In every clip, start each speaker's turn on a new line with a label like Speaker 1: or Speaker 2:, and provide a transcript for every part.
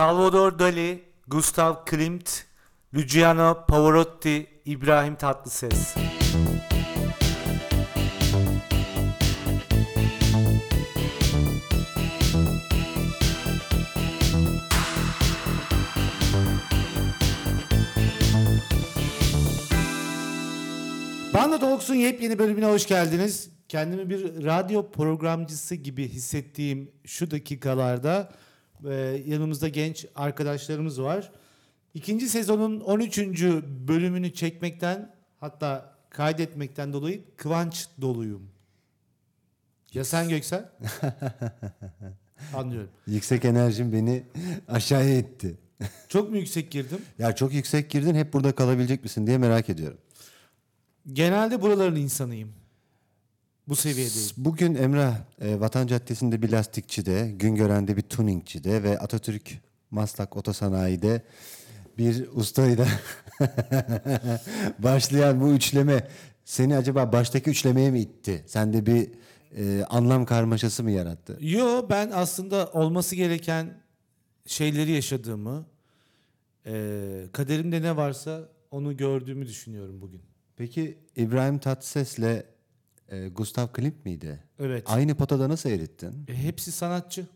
Speaker 1: Salvador Dali, Gustav Klimt, Luciano Pavarotti, İbrahim Tatlıses.
Speaker 2: Banda Talks'un yepyeni bölümüne hoş geldiniz. Kendimi bir radyo programcısı gibi hissettiğim şu dakikalarda e, yanımızda genç arkadaşlarımız var. İkinci sezonun 13. bölümünü çekmekten hatta kaydetmekten dolayı kıvanç doluyum. Ya sen Göksel? Anlıyorum.
Speaker 3: Yüksek enerjim beni aşağıya itti.
Speaker 2: Çok mu yüksek girdim?
Speaker 3: Ya çok yüksek girdin hep burada kalabilecek misin diye merak ediyorum.
Speaker 2: Genelde buraların insanıyım. Bu seviyedeyim.
Speaker 3: Bugün Emrah e, Vatan Caddesi'nde bir lastikçide, Güngören'de bir tuningçide ve Atatürk Maslak Otosanayi'de bir ustayla başlayan bu üçleme seni acaba baştaki üçlemeye mi itti? Sende bir e, anlam karmaşası mı yarattı?
Speaker 2: Yo ben aslında olması gereken şeyleri yaşadığımı, eee, kaderimde ne varsa onu gördüğümü düşünüyorum bugün.
Speaker 3: Peki İbrahim Tatlıses'le e, Gustav Klimt miydi?
Speaker 2: Evet.
Speaker 3: Aynı potada nasıl erittin?
Speaker 2: E, hepsi sanatçı.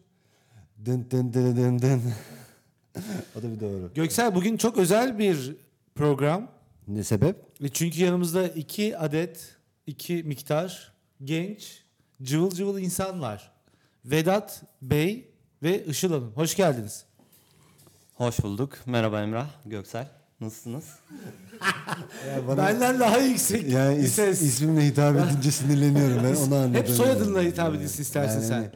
Speaker 3: Dın dın dın dın dın. o da bir doğru.
Speaker 2: Göksel bugün çok özel bir program.
Speaker 3: Ne sebep?
Speaker 2: E, Çünkü yanımızda iki adet, iki miktar genç, cıvıl cıvıl insan var. Vedat Bey ve Işıl Hanım. Hoş geldiniz.
Speaker 4: Hoş bulduk. Merhaba Emrah, Göksel. Nasılsınız?
Speaker 3: Ya
Speaker 2: Benden daha yüksek
Speaker 3: yani
Speaker 2: bir
Speaker 3: is-
Speaker 2: ses.
Speaker 3: ismimle hitap edince sinirleniyorum ben onu anladım.
Speaker 2: Hep soyadınla
Speaker 3: Yani.
Speaker 2: hitap edilsin istersen
Speaker 3: Yani
Speaker 2: sen.
Speaker 3: hani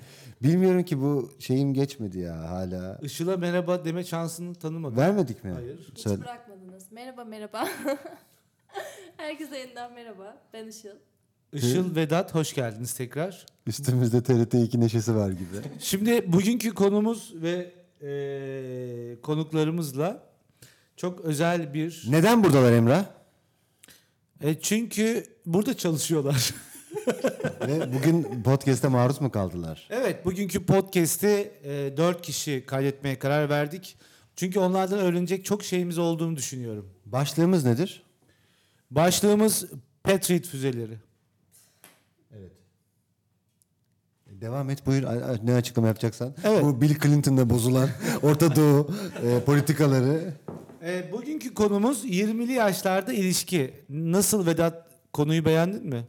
Speaker 3: Bilmiyorum ki bu şeyim geçmedi ya hala.
Speaker 2: Işıl'a merhaba deme şansını tanımadım.
Speaker 3: Vermedik mi?
Speaker 2: Hayır.
Speaker 5: Hiç
Speaker 3: Söyle.
Speaker 5: bırakmadınız. Merhaba merhaba. Herkese yeniden merhaba. Ben Işıl.
Speaker 2: Işıl Vedat hoş geldiniz tekrar.
Speaker 3: Üstümüzde TRT 2 neşesi var gibi.
Speaker 2: Şimdi bugünkü konumuz ve eee, konuklarımızla çok özel bir...
Speaker 3: Neden buradalar Emrah?
Speaker 2: E, çünkü burada çalışıyorlar.
Speaker 3: Ve bugün podcast'e maruz mu kaldılar?
Speaker 2: evet bugünkü podcast'i eee 4 kişi kaydetmeye karar verdik. Çünkü onlardan öğrenecek çok şeyimiz olduğunu düşünüyorum.
Speaker 3: Başlığımız nedir?
Speaker 2: Başlığımız Patriot füzeleri.
Speaker 3: Devam et buyur A- a- ne açıklama yapacaksan.
Speaker 2: Evet.
Speaker 3: Bu Bill Clinton'la bozulan Orta Doğu e, politikaları.
Speaker 2: E, bugünkü konumuz 20'li yaşlarda ilişki. Nasıl Vedat konuyu beğendin mi?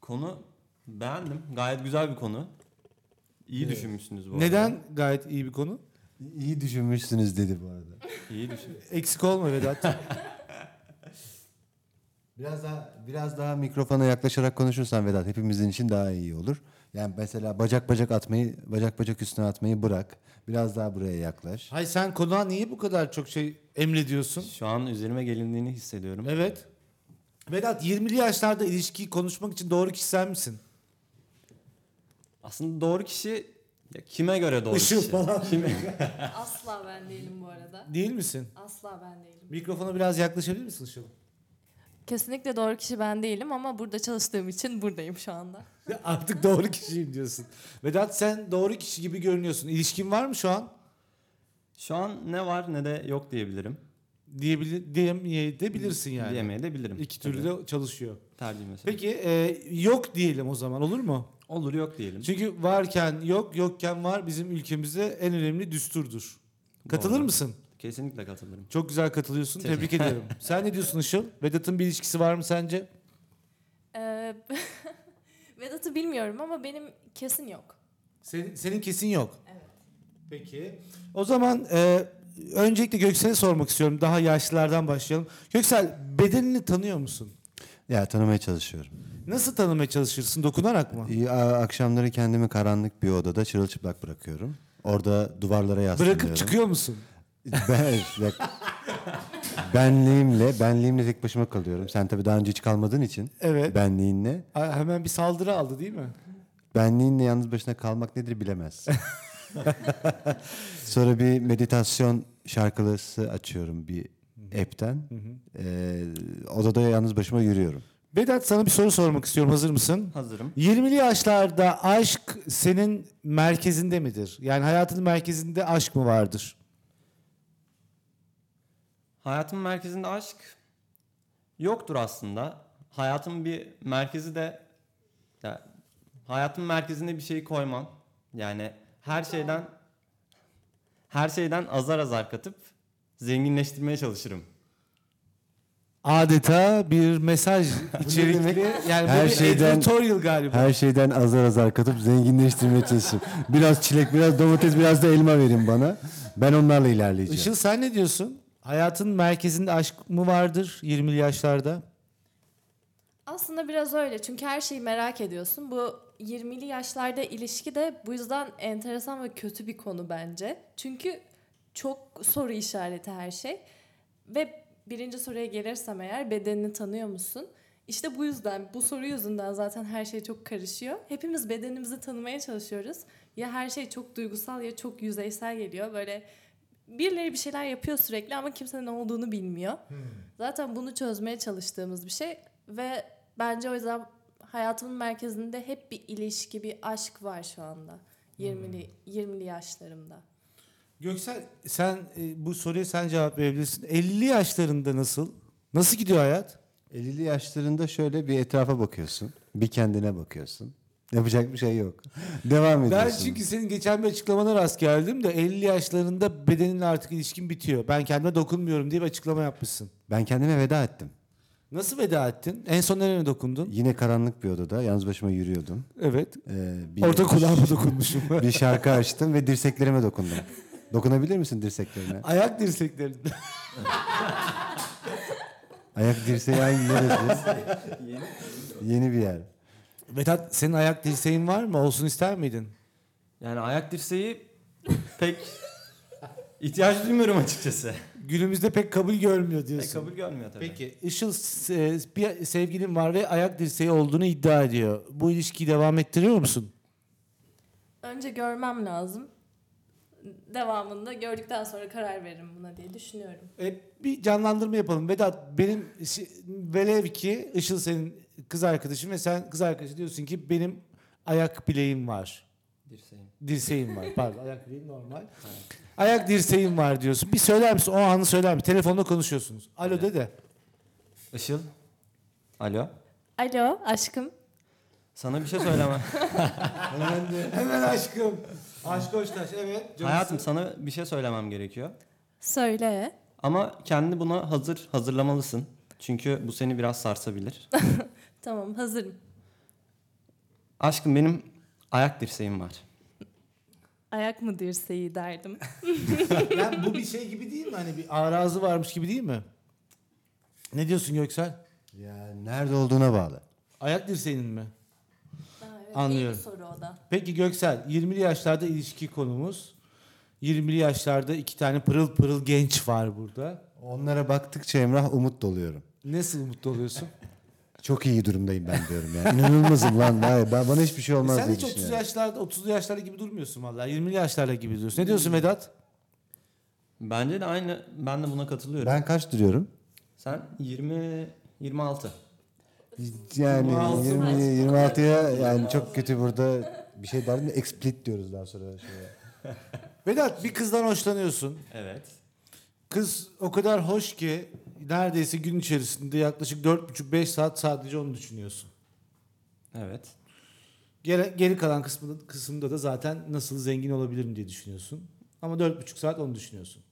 Speaker 4: Konu beğendim. Gayet güzel bir konu. İyi düşünmüşsünüz bu arada.
Speaker 2: Neden gayet iyi bir konu?
Speaker 3: İyi düşünmüşsünüz dedi bu arada.
Speaker 4: İyi düşün.
Speaker 2: Eksik olma Vedat.
Speaker 3: Biraz daha biraz daha mikrofona yaklaşarak konuşursan Vedat hepimizin için daha iyi olur. Yani mesela bacak bacak atmayı, bacak bacak üstüne atmayı bırak. Biraz daha buraya yaklaş.
Speaker 2: Hay sen konuğa niye bu kadar çok şey emrediyorsun?
Speaker 4: Şu an üzerime gelindiğini hissediyorum.
Speaker 2: Evet. Vedat 20'li yaşlarda ilişkiyi konuşmak için doğru kişi sen misin?
Speaker 4: Aslında doğru kişi ya kime göre doğru
Speaker 2: Işıl
Speaker 4: kişi? Kime?
Speaker 5: Asla ben değilim bu arada.
Speaker 2: Değil misin?
Speaker 5: Asla ben değilim.
Speaker 2: Mikrofona biraz yaklaşabilir misin Işıl?
Speaker 5: Kesinlikle doğru kişi ben değilim ama burada çalıştığım için buradayım şu anda.
Speaker 2: Artık doğru kişiyim diyorsun. Vedat sen doğru kişi gibi görünüyorsun. İlişkin var mı şu an?
Speaker 4: Şu an ne var ne de yok diyebilirim.
Speaker 2: Diyebilir, diyemeyebilirsin yani.
Speaker 4: Diyemeye de bilirim.
Speaker 2: İki türlü de çalışıyor.
Speaker 4: tercih mesela.
Speaker 2: Peki e, yok diyelim o zaman olur mu?
Speaker 4: Olur yok diyelim.
Speaker 2: Çünkü varken yok, yokken var bizim ülkemizde en önemli düsturdur. Katılır
Speaker 4: Doğru.
Speaker 2: mısın?
Speaker 4: Kesinlikle katılırım.
Speaker 2: Çok güzel katılıyorsun. Tebrik ederim. Sen ne diyorsun Işıl? Vedat'ın bir ilişkisi var mı sence?
Speaker 5: Ee, Vedat'ı bilmiyorum ama benim kesin yok.
Speaker 2: Senin, senin kesin yok.
Speaker 5: Evet.
Speaker 2: Peki. O zaman e, öncelikle Göksel'e sormak istiyorum. Daha yaşlılardan başlayalım. Göksel bedenini tanıyor musun?
Speaker 3: Ya tanımaya çalışıyorum.
Speaker 2: Nasıl tanımaya çalışırsın? Dokunarak mı?
Speaker 3: İyi, a- akşamları kendimi karanlık bir odada çırılçıplak bırakıyorum. Orada duvarlara yaslanıyorum.
Speaker 2: Bırakıp çıkıyor musun?
Speaker 3: Ben, ya- benliğimle, benliğimle tek başıma kalıyorum. Sen tabii daha önce hiç kalmadığın için.
Speaker 2: Evet.
Speaker 3: Benliğinle.
Speaker 2: A- hemen bir saldırı aldı değil mi?
Speaker 3: Benliğinle yalnız başına kalmak nedir bilemez. Sonra bir meditasyon şarkısı açıyorum bir app'ten. Ee, odada yalnız başıma yürüyorum.
Speaker 2: Vedat sana bir soru sormak istiyorum. Hazır mısın?
Speaker 4: Hazırım.
Speaker 2: 20'li yaşlarda aşk senin merkezinde midir? Yani hayatının merkezinde aşk mı vardır?
Speaker 4: Hayatımın merkezinde aşk yoktur aslında. Hayatımın bir merkezi de ya, hayatımın merkezine bir şey koymam. Yani her şeyden her şeyden azar azar katıp zenginleştirmeye çalışırım.
Speaker 2: Adeta bir mesaj içerikli yani
Speaker 3: Her
Speaker 2: her bir
Speaker 3: şeyden-
Speaker 2: editorial galiba.
Speaker 3: Her şeyden azar azar katıp zenginleştirmeye çalışayım. Biraz çilek, biraz domates, biraz da elma verin bana. Ben onlarla ilerleyeceğim.
Speaker 2: Işıl sen ne diyorsun? Hayatın merkezinde aşk mı vardır 20'li yaşlarda?
Speaker 5: Aslında biraz öyle çünkü her şeyi merak ediyorsun. Bu 20'li yaşlarda ilişki de bu yüzden enteresan ve kötü bir konu bence. Çünkü çok soru işareti her şey. Ve birinci soruya gelirsem eğer bedenini tanıyor musun? İşte bu yüzden bu soru yüzünden zaten her şey çok karışıyor. Hepimiz bedenimizi tanımaya çalışıyoruz. Ya her şey çok duygusal ya çok yüzeysel geliyor. Böyle birileri bir şeyler yapıyor sürekli ama kimse ne olduğunu bilmiyor. Zaten bunu çözmeye çalıştığımız bir şey ve bence o yüzden hayatımın merkezinde hep bir ilişki, bir aşk var şu anda. 20'li
Speaker 2: Hmm.
Speaker 5: 20'li yaşlarımda.
Speaker 2: Göksel sen e, bu soruya sen cevap verebilirsin. 50'li yaşlarında nasıl? Nasıl gidiyor hayat?
Speaker 3: 50'li yaşlarında şöyle bir etrafa bakıyorsun. Bir kendine bakıyorsun. Yapacak bir şey yok. Devam
Speaker 2: Ben
Speaker 3: ediyorsun.
Speaker 2: çünkü senin geçen bir açıklamana rast geldim de 50 yaşlarında bedeninle artık ilişkin bitiyor. Ben kendime dokunmuyorum diye bir açıklama yapmışsın.
Speaker 3: Ben kendime veda ettim.
Speaker 2: Nasıl veda ettin? En son nereye dokundun?
Speaker 3: Yine karanlık bir odada yalnız başıma yürüyordum.
Speaker 2: Evet.
Speaker 3: Ee, bir,
Speaker 2: Orada kulağıma dokunmuşum.
Speaker 3: bir şarkı açtım ve dirseklerime dokundum. Dokunabilir misin dirseklerine?
Speaker 2: Ayak dirseklerinde.
Speaker 3: Ayak dirseği hangi neresi? Yeni bir yer.
Speaker 2: Vedat senin ayak dirseğin var mı? Olsun ister miydin?
Speaker 4: Yani ayak dirseği pek ihtiyaç duymuyorum açıkçası.
Speaker 2: Günümüzde pek kabul görmüyor
Speaker 4: Pek
Speaker 2: diyorsun.
Speaker 4: kabul görmüyor tabii.
Speaker 2: Peki Işıl e, bir sevgilin var ve ayak dirseği olduğunu iddia ediyor. Bu ilişkiyi devam ettiriyor musun?
Speaker 5: Önce görmem lazım. Devamında gördükten sonra karar veririm buna diye düşünüyorum.
Speaker 2: E, bir canlandırma yapalım. Vedat benim şi- velev ki Işıl senin kız arkadaşın ve sen kız arkadaşı diyorsun ki benim ayak bileğim var.
Speaker 4: Dirseğim.
Speaker 2: Dirseğim var. Pardon ayak bileğim normal. Ayak dirseğim var diyorsun. Bir söyler misin? O anı söyler misin? Telefonda konuşuyorsunuz. Alo dede.
Speaker 4: Işıl. Alo.
Speaker 5: Alo aşkım.
Speaker 4: Sana bir şey söylemem.
Speaker 2: Hemen aşkım. Aşk hoşlaş. Evet. canım.
Speaker 4: Hayatım sana bir şey söylemem gerekiyor.
Speaker 5: Söyle.
Speaker 4: Ama kendini buna hazır hazırlamalısın. Çünkü bu seni biraz sarsabilir.
Speaker 5: Tamam hazırım.
Speaker 4: Aşkım benim ayak dirseğim var.
Speaker 5: Ayak mı dirseği derdim.
Speaker 2: Yani bu bir şey gibi değil mi? Hani bir arazı varmış gibi değil mi? Ne diyorsun Göksel?
Speaker 3: Ya nerede olduğuna bağlı.
Speaker 2: Ayak dirseğinin mi?
Speaker 5: Ha, evet,
Speaker 2: Anlıyorum.
Speaker 5: İyi bir soru o da.
Speaker 2: Peki Göksel 20'li yaşlarda ilişki konumuz. 20'li yaşlarda iki tane pırıl pırıl genç var burada.
Speaker 3: Onlara baktıkça Emrah umut doluyorum.
Speaker 2: Nasıl mutlu oluyorsun?
Speaker 3: Çok iyi durumdayım ben diyorum ya. İnanılmazım lan. Vay, ben, bana hiçbir şey
Speaker 2: E
Speaker 3: olmaz
Speaker 2: sen
Speaker 3: diye
Speaker 2: hiç 30
Speaker 3: düşünüyorum.
Speaker 2: yaşlarda 30'lu yaşlarda gibi durmuyorsun vallahi. 20'li yaşlarda gibi duruyorsun. Ne diyorsun Vedat?
Speaker 4: Bence de aynı. Ben de buna katılıyorum.
Speaker 3: Ben kaç duruyorum?
Speaker 4: Sen 20 26.
Speaker 3: Yani
Speaker 2: 26.
Speaker 3: 20, 26'ya yani çok kötü burada bir şey derdim de explit diyoruz daha sonra. şeye.
Speaker 2: Vedat bir kızdan hoşlanıyorsun.
Speaker 4: Evet.
Speaker 2: Kız o kadar hoş ki neredeyse gün içerisinde yaklaşık 4,5-5 saat sadece onu düşünüyorsun.
Speaker 4: Evet.
Speaker 2: Geri, geri kalan kısmında, kısımda da zaten nasıl zengin olabilirim diye düşünüyorsun. Ama 4,5 saat onu düşünüyorsun.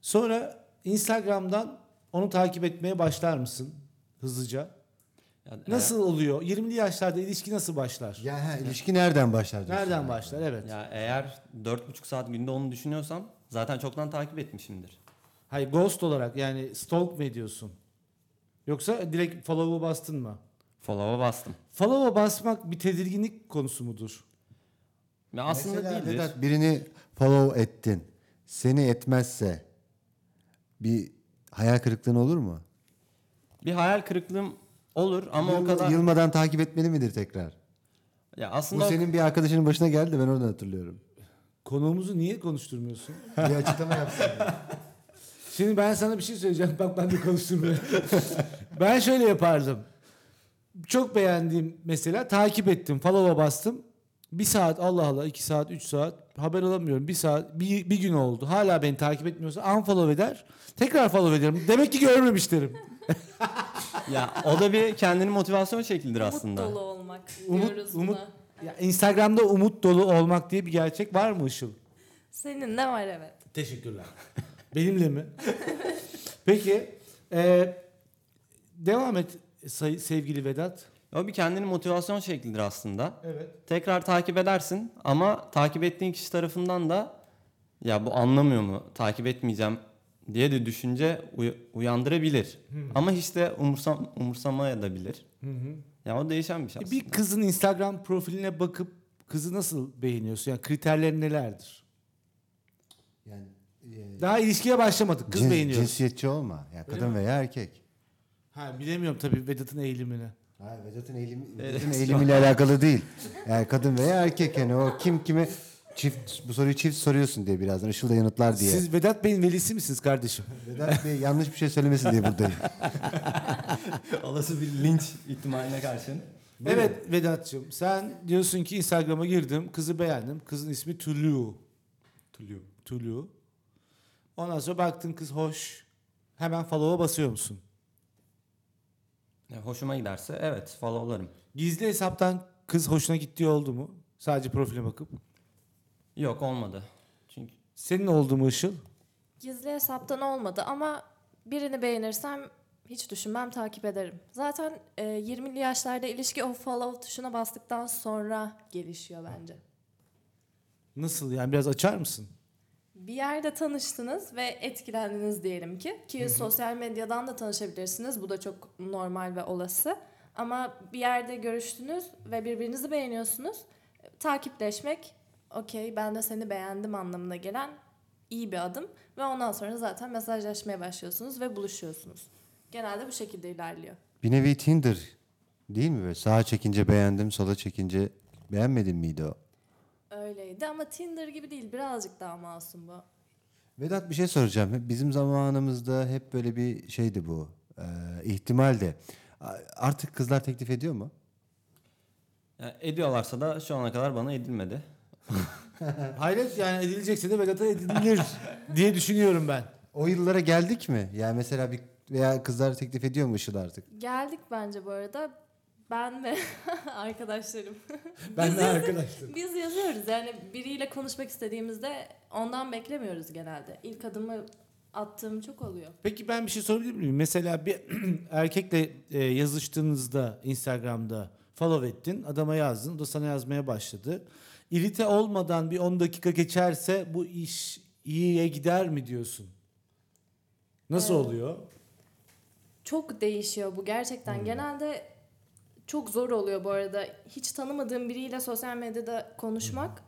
Speaker 2: Sonra Instagram'dan onu takip etmeye başlar mısın hızlıca?
Speaker 4: Yani-
Speaker 2: Nasıl oluyor? 20'li yaşlarda ilişki nasıl başlar?
Speaker 3: Ya ha, ilişki nereden başlar? diyorsun?
Speaker 2: Nereden başlar? Evet.
Speaker 4: Ya eğer 4,5 saat günde onu düşünüyorsam zaten çoktan takip etmişimdir.
Speaker 2: Hayır ghost olarak yani stalk mı ediyorsun? Yoksa direkt follow'a bastın mı?
Speaker 4: Follow'a bastım.
Speaker 2: Follow'a basmak bir tedirginlik konusu mudur?
Speaker 4: Ya aslında
Speaker 3: Mesela
Speaker 4: değildir.
Speaker 3: Vedat, birini follow ettin. Seni etmezse bir hayal kırıklığın olur mu?
Speaker 4: Bir hayal kırıklığım olur ama o
Speaker 3: Yıl-
Speaker 4: kadar
Speaker 3: Yılmadan takip etmeli midir tekrar?
Speaker 4: ya
Speaker 3: Bu
Speaker 4: aslında o-
Speaker 3: senin bir arkadaşının başına geldi de ben oradan hatırlıyorum.
Speaker 2: Konuğumuzu niye konuşturmuyorsun?
Speaker 3: Bir açıklama yapsın.
Speaker 2: Şimdi ben sana bir şey söyleyeceğim. Bak ben de konuşturmaya. ben şöyle yapardım. Çok beğendiğim mesela takip ettim. Follow'a bastım. Bir saat Allah Allah iki saat üç saat haber alamıyorum. Bir saat bir, bir gün oldu. Hala beni takip etmiyorsa unfollow eder. Tekrar follow ederim. Demek ki görmemiş derim.
Speaker 4: ya o da bir kendini motivasyon şeklidir aslında.
Speaker 5: Umut dolu olmak
Speaker 2: Umut-
Speaker 5: diyoruz
Speaker 2: umut-
Speaker 5: buna.
Speaker 2: Ya Instagram'da umut dolu olmak diye bir gerçek var mı Işıl?
Speaker 5: Senin de var evet.
Speaker 2: Teşekkürler. Benimle mi? Peki. e, devam et say- sevgili Vedat.
Speaker 4: O bir kendini motivasyon şeklidir aslında.
Speaker 2: Evet.
Speaker 4: Tekrar takip edersin ama takip ettiğin kişi tarafından da ya bu anlamıyor mu? Takip etmeyeceğim diye de düşünce uy- uyandırabilir. Ama hiç de umursam umursamaya da bilir. Ya o değişen bir şey. aslında.
Speaker 2: Bir kızın Instagram profiline bakıp kızı nasıl beğeniyorsun? Yani kriterler nelerdir?
Speaker 3: Yani e,
Speaker 2: Daha ilişkiye başlamadık. Kız
Speaker 3: cins-
Speaker 2: beğeniyoruz.
Speaker 3: Cinsiyetçi olma. Ya kadın veya erkek.
Speaker 2: Ha bilemiyorum tabii Vedat'ın eğilimini.
Speaker 3: Hayır Vedat'ın eğilimi,
Speaker 4: Evet.
Speaker 3: Vedat'ın eğilimiyle alakalı değil. Yani kadın veya erkek yani o kim kime çift bu soruyu çift soruyorsun diye birazdan Işıl da yanıtlar diye.
Speaker 2: Siz Vedat Bey'in velisi misiniz kardeşim?
Speaker 3: Vedat Bey yanlış bir şey söylemesin diye buradayım.
Speaker 4: Olası bir linç ihtimaline karşın.
Speaker 2: evet Vedat'cığım sen diyorsun ki Instagram'a girdim kızı beğendim. Kızın ismi Tulu. Tulu. Tulu. Ondan sonra baktın kız hoş. Hemen follow'a basıyor musun?
Speaker 4: Ya hoşuma giderse evet followlarım.
Speaker 2: Gizli hesaptan kız hoşuna gittiği oldu mu? Sadece profiline bakıp.
Speaker 4: Yok olmadı. Çünkü
Speaker 2: Senin oldu mu Işıl?
Speaker 5: Gizli hesaptan olmadı ama birini beğenirsem hiç düşünmem takip ederim. Zaten e, 20'li yaşlarda ilişki o follow tuşuna bastıktan sonra gelişiyor bence.
Speaker 2: Nasıl yani biraz açar mısın?
Speaker 5: Bir yerde tanıştınız ve etkilendiniz diyelim ki ki sosyal medyadan da tanışabilirsiniz. Bu da çok normal ve olası. Ama bir yerde görüştünüz ve birbirinizi beğeniyorsunuz. Takipleşmek okey ben de seni beğendim anlamına gelen iyi bir adım ve ondan sonra zaten mesajlaşmaya başlıyorsunuz ve buluşuyorsunuz. Genelde bu şekilde ilerliyor.
Speaker 3: Bir nevi Tinder değil mi böyle? Sağa çekince beğendim, sola çekince beğenmedin miydi o?
Speaker 5: Öyleydi ama Tinder gibi değil birazcık daha masum bu.
Speaker 3: Vedat bir şey soracağım. Bizim zamanımızda hep böyle bir şeydi bu. Ee, ihtimaldi. A- Artık kızlar teklif ediyor mu?
Speaker 4: ya ediyorlarsa da şu ana kadar bana edilmedi.
Speaker 2: Hayret yani edilecekse de Vedat'a edilir diye düşünüyorum ben.
Speaker 3: O yıllara geldik mi? Yani mesela bir veya kızlar teklif ediyor mu Işıl artık?
Speaker 5: Geldik bence bu arada. Ben ve arkadaşlarım.
Speaker 2: Ben de arkadaşlar.
Speaker 5: Biz yazıyoruz yani biriyle konuşmak istediğimizde ondan beklemiyoruz genelde. İlk adımı attığım çok oluyor.
Speaker 2: Peki ben bir şey sorabilir miyim? Mesela bir erkekle e, yazıştığınızda Instagram'da follow ettin, adama yazdın, o da sana yazmaya başladı. İrite olmadan bir 10 dakika geçerse bu iş iyiye gider mi diyorsun? Nasıl oluyor?
Speaker 5: Çok değişiyor bu gerçekten. Genelde çok zor oluyor bu arada. Hiç tanımadığım biriyle sosyal medyada konuşmak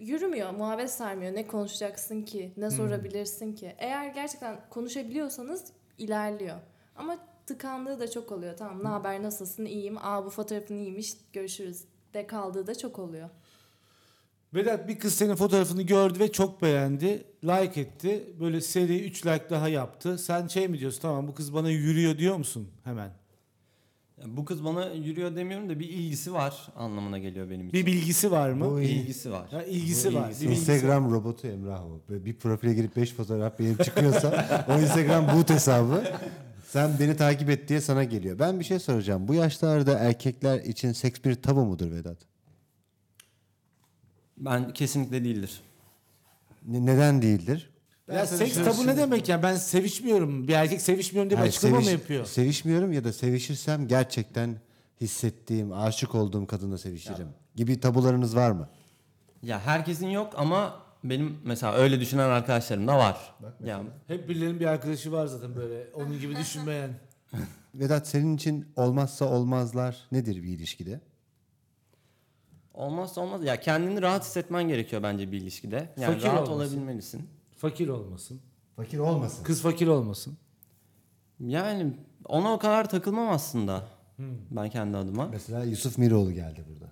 Speaker 5: yürümüyor, muhabbet sarmıyor. Ne konuşacaksın ki, ne sorabilirsin ki. Eğer gerçekten konuşabiliyorsanız ilerliyor. Ama tıkandığı da çok oluyor. Tamam ne haber nasılsın iyiyim. Aa bu fotoğrafın iyiymiş görüşürüz de kaldığı da çok oluyor.
Speaker 2: Vedat bir kız senin fotoğrafını gördü ve çok beğendi. Like etti. Böyle seri 3 like daha yaptı. Sen şey mi diyorsun tamam bu kız bana yürüyor diyor musun hemen?
Speaker 4: Ya bu kız bana yürüyor demiyorum da bir ilgisi var anlamına geliyor benim için.
Speaker 2: Bir bilgisi var mı?
Speaker 3: Bu
Speaker 4: Bir
Speaker 3: iyi.
Speaker 4: ilgisi var.
Speaker 2: Ha, ilgisi
Speaker 4: Bu
Speaker 2: var.
Speaker 4: ilgisi
Speaker 2: Bir bilgisi-
Speaker 3: Instagram robotu Emrah o. Böyle bir profile girip 5 fotoğraf benim çıkıyorsa o Instagram boot hesabı. Sen beni takip et diye sana geliyor. Ben bir şey soracağım. Bu yaşlarda erkekler için seks bir tabu mudur Vedat?
Speaker 4: Ben kesinlikle değildir.
Speaker 3: Ne- neden değildir?
Speaker 2: Ya seks tabu ne demek ya? Ben sevişmiyorum. Bir erkek sevişmiyorum diye bir
Speaker 3: Hayır,
Speaker 2: açıklama mı
Speaker 3: seviş-
Speaker 2: yapıyor?
Speaker 3: Sevişmiyorum ya da sevişirsem gerçekten hissettiğim, aşık olduğum kadınla sevişirim. Gibi tabularınız var mı?
Speaker 4: Ya herkesin yok ama benim mesela öyle düşünen arkadaşlarım da var. ya
Speaker 2: Hep birilerinin bir arkadaşı var zaten böyle onun gibi düşünmeyen.
Speaker 3: Vedat senin için olmazsa olmazlar nedir bir ilişkide?
Speaker 4: olmazsa olmaz. Ya kendini rahat hissetmen gerekiyor bence bir ilişkide. Yani
Speaker 2: Fakir
Speaker 4: rahat
Speaker 2: olmasın.
Speaker 4: olabilmelisin.
Speaker 2: Fakir olmasın.
Speaker 3: Fakir olmasın.
Speaker 2: Kız fakir olmasın.
Speaker 4: Yani ona o kadar takılmam aslında.
Speaker 3: Hmm.
Speaker 4: Ben kendi adıma.
Speaker 3: Mesela Yusuf Miroğlu geldi burada.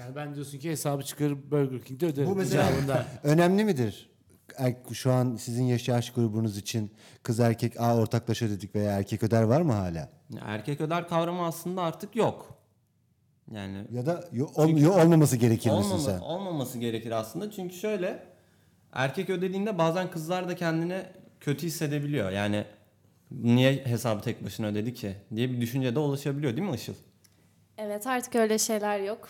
Speaker 2: Yani ben diyorsun ki hesabı çıkarıp Burger King'de öderim.
Speaker 3: Bu mesela-
Speaker 2: icabında.
Speaker 3: Önemli midir erk- şu an sizin yaş yaş grubunuz için kız erkek a ortaklaşa dedik veya erkek öder var mı hala?
Speaker 4: Ya Erkek öder kavramı aslında artık yok. Yani
Speaker 3: Ya da yo- ol- yo- olmaması gerekir misin
Speaker 4: Olmama-
Speaker 3: sen?
Speaker 4: Olmaması gerekir aslında. Çünkü şöyle erkek ödediğinde bazen kızlar da kendini kötü hissedebiliyor. Yani niye hesabı tek başına ödedi ki diye bir düşünce de oluşabiliyor değil mi Işıl?
Speaker 5: Evet artık öyle şeyler yok.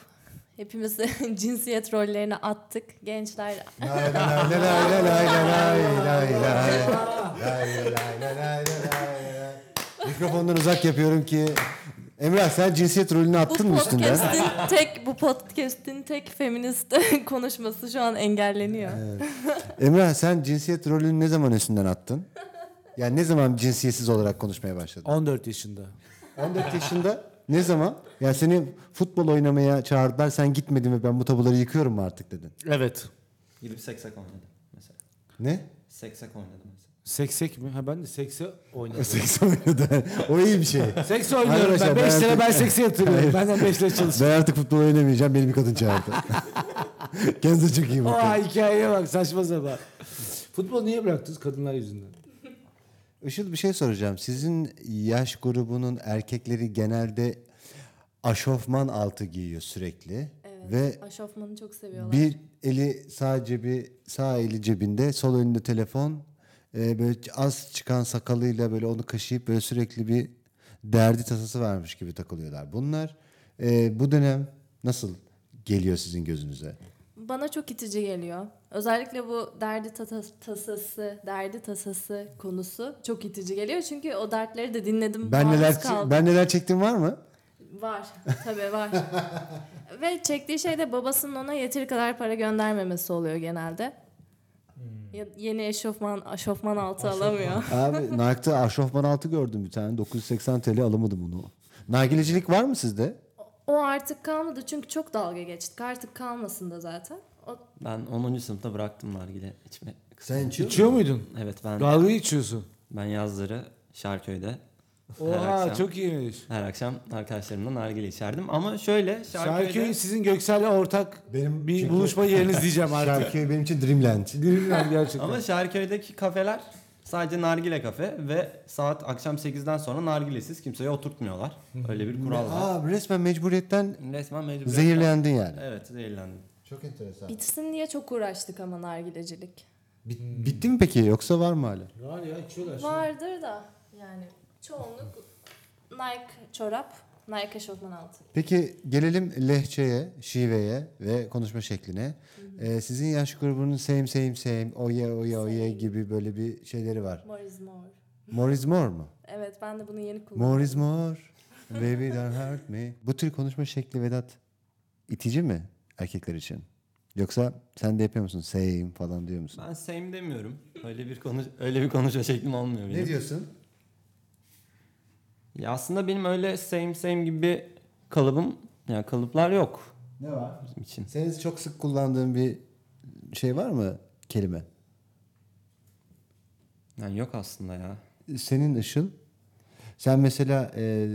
Speaker 5: Hepimiz cinsiyet rollerini attık. Gençler
Speaker 3: Lay lay lay lay lay lay lay lay lay lay. Lay lay lay lay lay lay. Mikrofondan uzak yapıyorum ki Emrah sen cinsiyet rolünü
Speaker 5: bu
Speaker 3: attın mı üstünden?
Speaker 5: podcast'in tek bu podcast'in tek feminist konuşması şu an engelleniyor.
Speaker 3: Emrah sen cinsiyet rolünü ne zaman üstünden attın? Yani ne zaman cinsiyetsiz olarak konuşmaya başladın?
Speaker 2: 14 yaşında.
Speaker 3: 14 yaşında ne zaman? Yani seni futbol oynamaya çağırdılar sen gitmedin ve ben bu tabuları yıkıyorum mu artık dedin.
Speaker 2: Evet.
Speaker 4: Gidip seksek oynadım mesela.
Speaker 3: Ne?
Speaker 4: Seksek oynadım mesela.
Speaker 2: Seksek mi? Ha ben de sekse oynadım.
Speaker 3: Seks oynadı. o iyi bir şey.
Speaker 2: Seks oynuyorum
Speaker 3: Arkadaşlar,
Speaker 2: ben. 5
Speaker 3: ben
Speaker 2: sene
Speaker 3: artık-
Speaker 2: ben sekse yatırıyorum. Benden 5 lira çalıştım.
Speaker 3: Ben artık futbol oynamayacağım beni bir kadın çağırdı. Kendinize çok iyi bakın.
Speaker 2: Oha hikayeye bak saçma sapan. Futbol niye bıraktınız? Kadınlar yüzünden.
Speaker 3: Işıl bir şey soracağım. Sizin yaş grubunun erkekleri genelde aşofman altı giyiyor sürekli. Ve
Speaker 5: Aşofmanı çok seviyorlar.
Speaker 3: bir eli sağ cebi sağ eli cebinde sol elinde telefon e, böyle az çıkan sakalıyla böyle onu kaşıyıp böyle sürekli bir derdi tasası varmış gibi takılıyorlar. Bunlar e, bu dönem nasıl geliyor sizin gözünüze?
Speaker 5: Bana çok itici geliyor. Özellikle bu derdi tata- tasası, derdi tasası konusu çok itici geliyor. Çünkü o dertleri de dinledim.
Speaker 3: Ben
Speaker 5: maruz
Speaker 3: neler
Speaker 5: kaldım.
Speaker 3: ben neler çektim var mı?
Speaker 5: Var. Tabii var. Ve çektiği şey de babasının ona yeteri kadar para göndermemesi oluyor genelde. Ya- Yeni eşofman, aşofman altı alamıyor.
Speaker 3: Abi Nike'da aşofman altı gördüm bir tane. 980 TL alamadım onu. Nargilecilik var mı sizde?
Speaker 5: O artık kalmadı çünkü çok dalga geçtik. Artık kalmasın da zaten. O
Speaker 4: Ben 10. sınıfta bıraktım nargile içme.
Speaker 3: Sen
Speaker 2: İçiyor muydun?
Speaker 4: Evet ben
Speaker 2: Dalga içiyorsun.
Speaker 4: ben yazları Şarköy'de
Speaker 2: Oha
Speaker 4: akşam.
Speaker 2: çok iyiymiş.
Speaker 4: her akşam arkadaşlarımla nargile içerdim ama şöyle Şarköy'de
Speaker 2: Şarköy sizin Göksel'le ortak
Speaker 3: Benim
Speaker 2: bir
Speaker 3: çünkü-
Speaker 2: buluşma yeriniz diyeceğim artık.
Speaker 3: Şarkı benim için Dreamland.
Speaker 2: Gülümler gerçekten.
Speaker 4: Ama Şarköy'deki kafeler sadece nargile kafe ve saat akşam 8'den sonra nargilesiz kimseye oturtmuyorlar. Öyle bir kural var.
Speaker 3: Aa, resmen mecburiyetten
Speaker 4: Resmen mecbur.
Speaker 3: zehirlendin yani.
Speaker 4: Evet zehirlendim.
Speaker 3: Çok enteresan.
Speaker 5: bitsin diye çok uğraştık ama nargilecilik.
Speaker 3: bitti mi peki yoksa var mı hala?
Speaker 2: Var ya içiyorlar.
Speaker 5: Vardır da yani çoğunluk Nike çorap, Nike eşofman altı.
Speaker 3: Peki gelelim lehçeye, şiveye ve konuşma şekline. Ee, sizin yaş grubunun same same same, oye oye oye gibi böyle bir şeyleri var.
Speaker 5: More is more.
Speaker 3: More is more mu?
Speaker 5: Evet ben de bunu yeni kullanıyorum.
Speaker 3: More is more. Baby don't hurt me. Bu tür konuşma şekli Vedat itici mi erkekler için? Yoksa sen de yapıyor musun? Same falan diyor musun?
Speaker 4: Ben same demiyorum. Öyle bir konuş öyle bir konuşma şeklim olmuyor benim.
Speaker 3: diyorsun?
Speaker 4: Ya aslında benim öyle same same gibi bir kalıbım yani kalıplar yok
Speaker 3: Ne var?
Speaker 4: bizim için.
Speaker 3: Senin çok sık kullandığın bir şey var mı? Kelime.
Speaker 4: Yani yok aslında ya.
Speaker 3: Senin ışın. Sen mesela e,